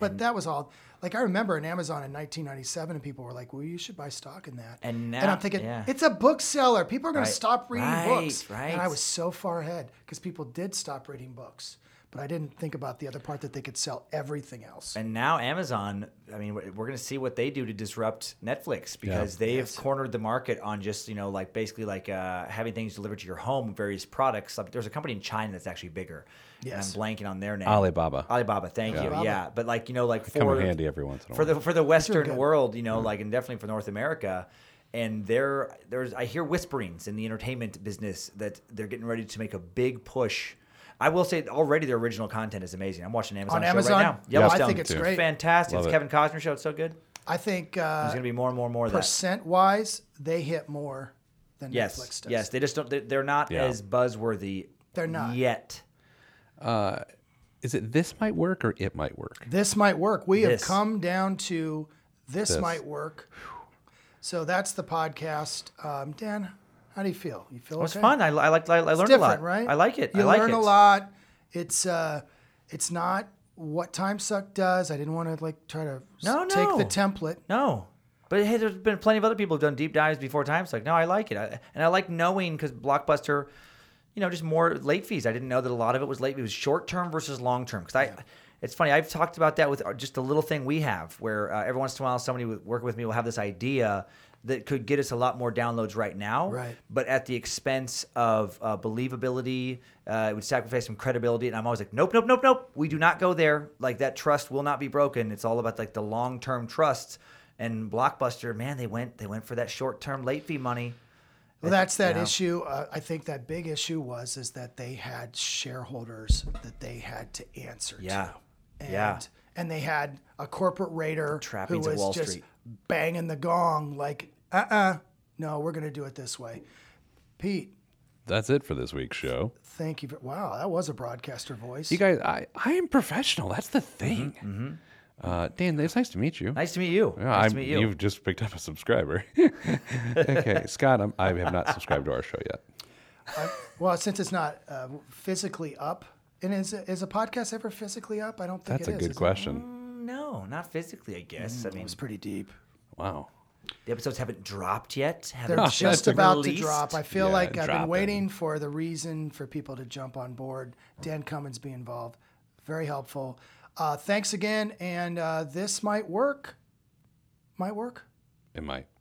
But that was all. Like I remember in Amazon in 1997, and people were like, "Well, you should buy stock in that."
And now-
I'm thinking,
yeah.
it's a bookseller. People are going
Right.
to stop reading
Right,
books.
right.
And I was so far ahead because people did stop reading books, but I didn't think about the other part that they could sell everything else.
And now Amazon, I mean, we're, we're going to see what they do to disrupt Netflix because they have cornered the market on just, you know, like basically like uh, having things delivered to your home, various products. Like there's a company in China that's actually bigger.
Yes.
I'm blanking on their name.
Alibaba.
Alibaba, thank you.
Alibaba.
Yeah. But like, you know, like for,
Come in handy every once in Mm-hmm. a
for
while.
the for the Western
good.
world, you know, like and definitely for North America. And there, there's I hear whisperings in the entertainment business that they're getting ready to make a big push. I will say already their original content is amazing. I'm watching an Amazon,
On
show
Amazon?
right now.
Yeah, I think
Yellowstone.
it's great.
fantastic.
Love
it's
it.
Kevin Costner show. It's so good.
I think
There's
uh,
gonna be more and more and more of that.
percent wise, they hit more than Netflix
Yes,
does.
yes. They just don't. They're, they're not
Yeah.
as buzzworthy.
They're not.
yet.
Is it this might work or it might work?
This might work. We have
This.
come down to this, might work. So that's the podcast. Um, Dan, how do you feel? You feel
It was
okay?
fun. I, I liked. I, I learned a
different,
lot.
right?
I like it.
You
I like
learn
it.
a lot. It's uh, it's not what time suck does. I didn't want to like try to s-
No,
take
no.
the template.
No. But hey, there's been plenty of other people who've done deep dives before time. It's like, no, I like it. I, and I like knowing because Blockbuster, you know, just more late fees. I didn't know that a lot of it was late. It was short term versus long term. Because I, it's funny, I've talked about that with our- just a little thing we have where uh, every once in a while somebody with- working with me will have this idea that could get us a lot more downloads right now
Right.
but at the expense of uh, believability. Uh, it would sacrifice some credibility, and I'm always like, nope, nope, nope, nope. We do not go there. Like that trust will not be broken. It's all about like the long term trust. And Blockbuster, man, they went they went for that short term late fee money.
Well, that's that
yeah.
issue. Uh, I think that big issue was is that they had shareholders that they had to answer
Yeah.
to. And,
Yeah.
And they had a corporate raider who
trappings of
was
Wall
just
Street.
banging the gong like, uh uh no, we're going to do it this way. Pete,
That's it for this week's show.
thank you. For, wow, that was a broadcaster voice.
You guys, I, I am professional. That's the thing. Uh, Dan, it's nice to meet you.
Mm-hmm, Nice to meet you.
Yeah,
nice
I'm-
to meet you.
You've just picked up a subscriber. okay, Scott, I'm, I have not subscribed to our show yet.
I- well, since it's not uh, physically up, and is, is a podcast ever physically up? I don't think
That's
it
a
is,
good
is it?
question.
no, not physically, I guess. I mean,
It's pretty deep.
Wow.
the episodes haven't dropped yet. Haven't
They're
been
just about
released.
to drop. I feel
Yeah,
like I've
dropping.
been waiting for the reason for people to jump on board. Dan Cummins be involved. Very helpful. Uh, thanks again. And uh, this might work. Might work.
It might.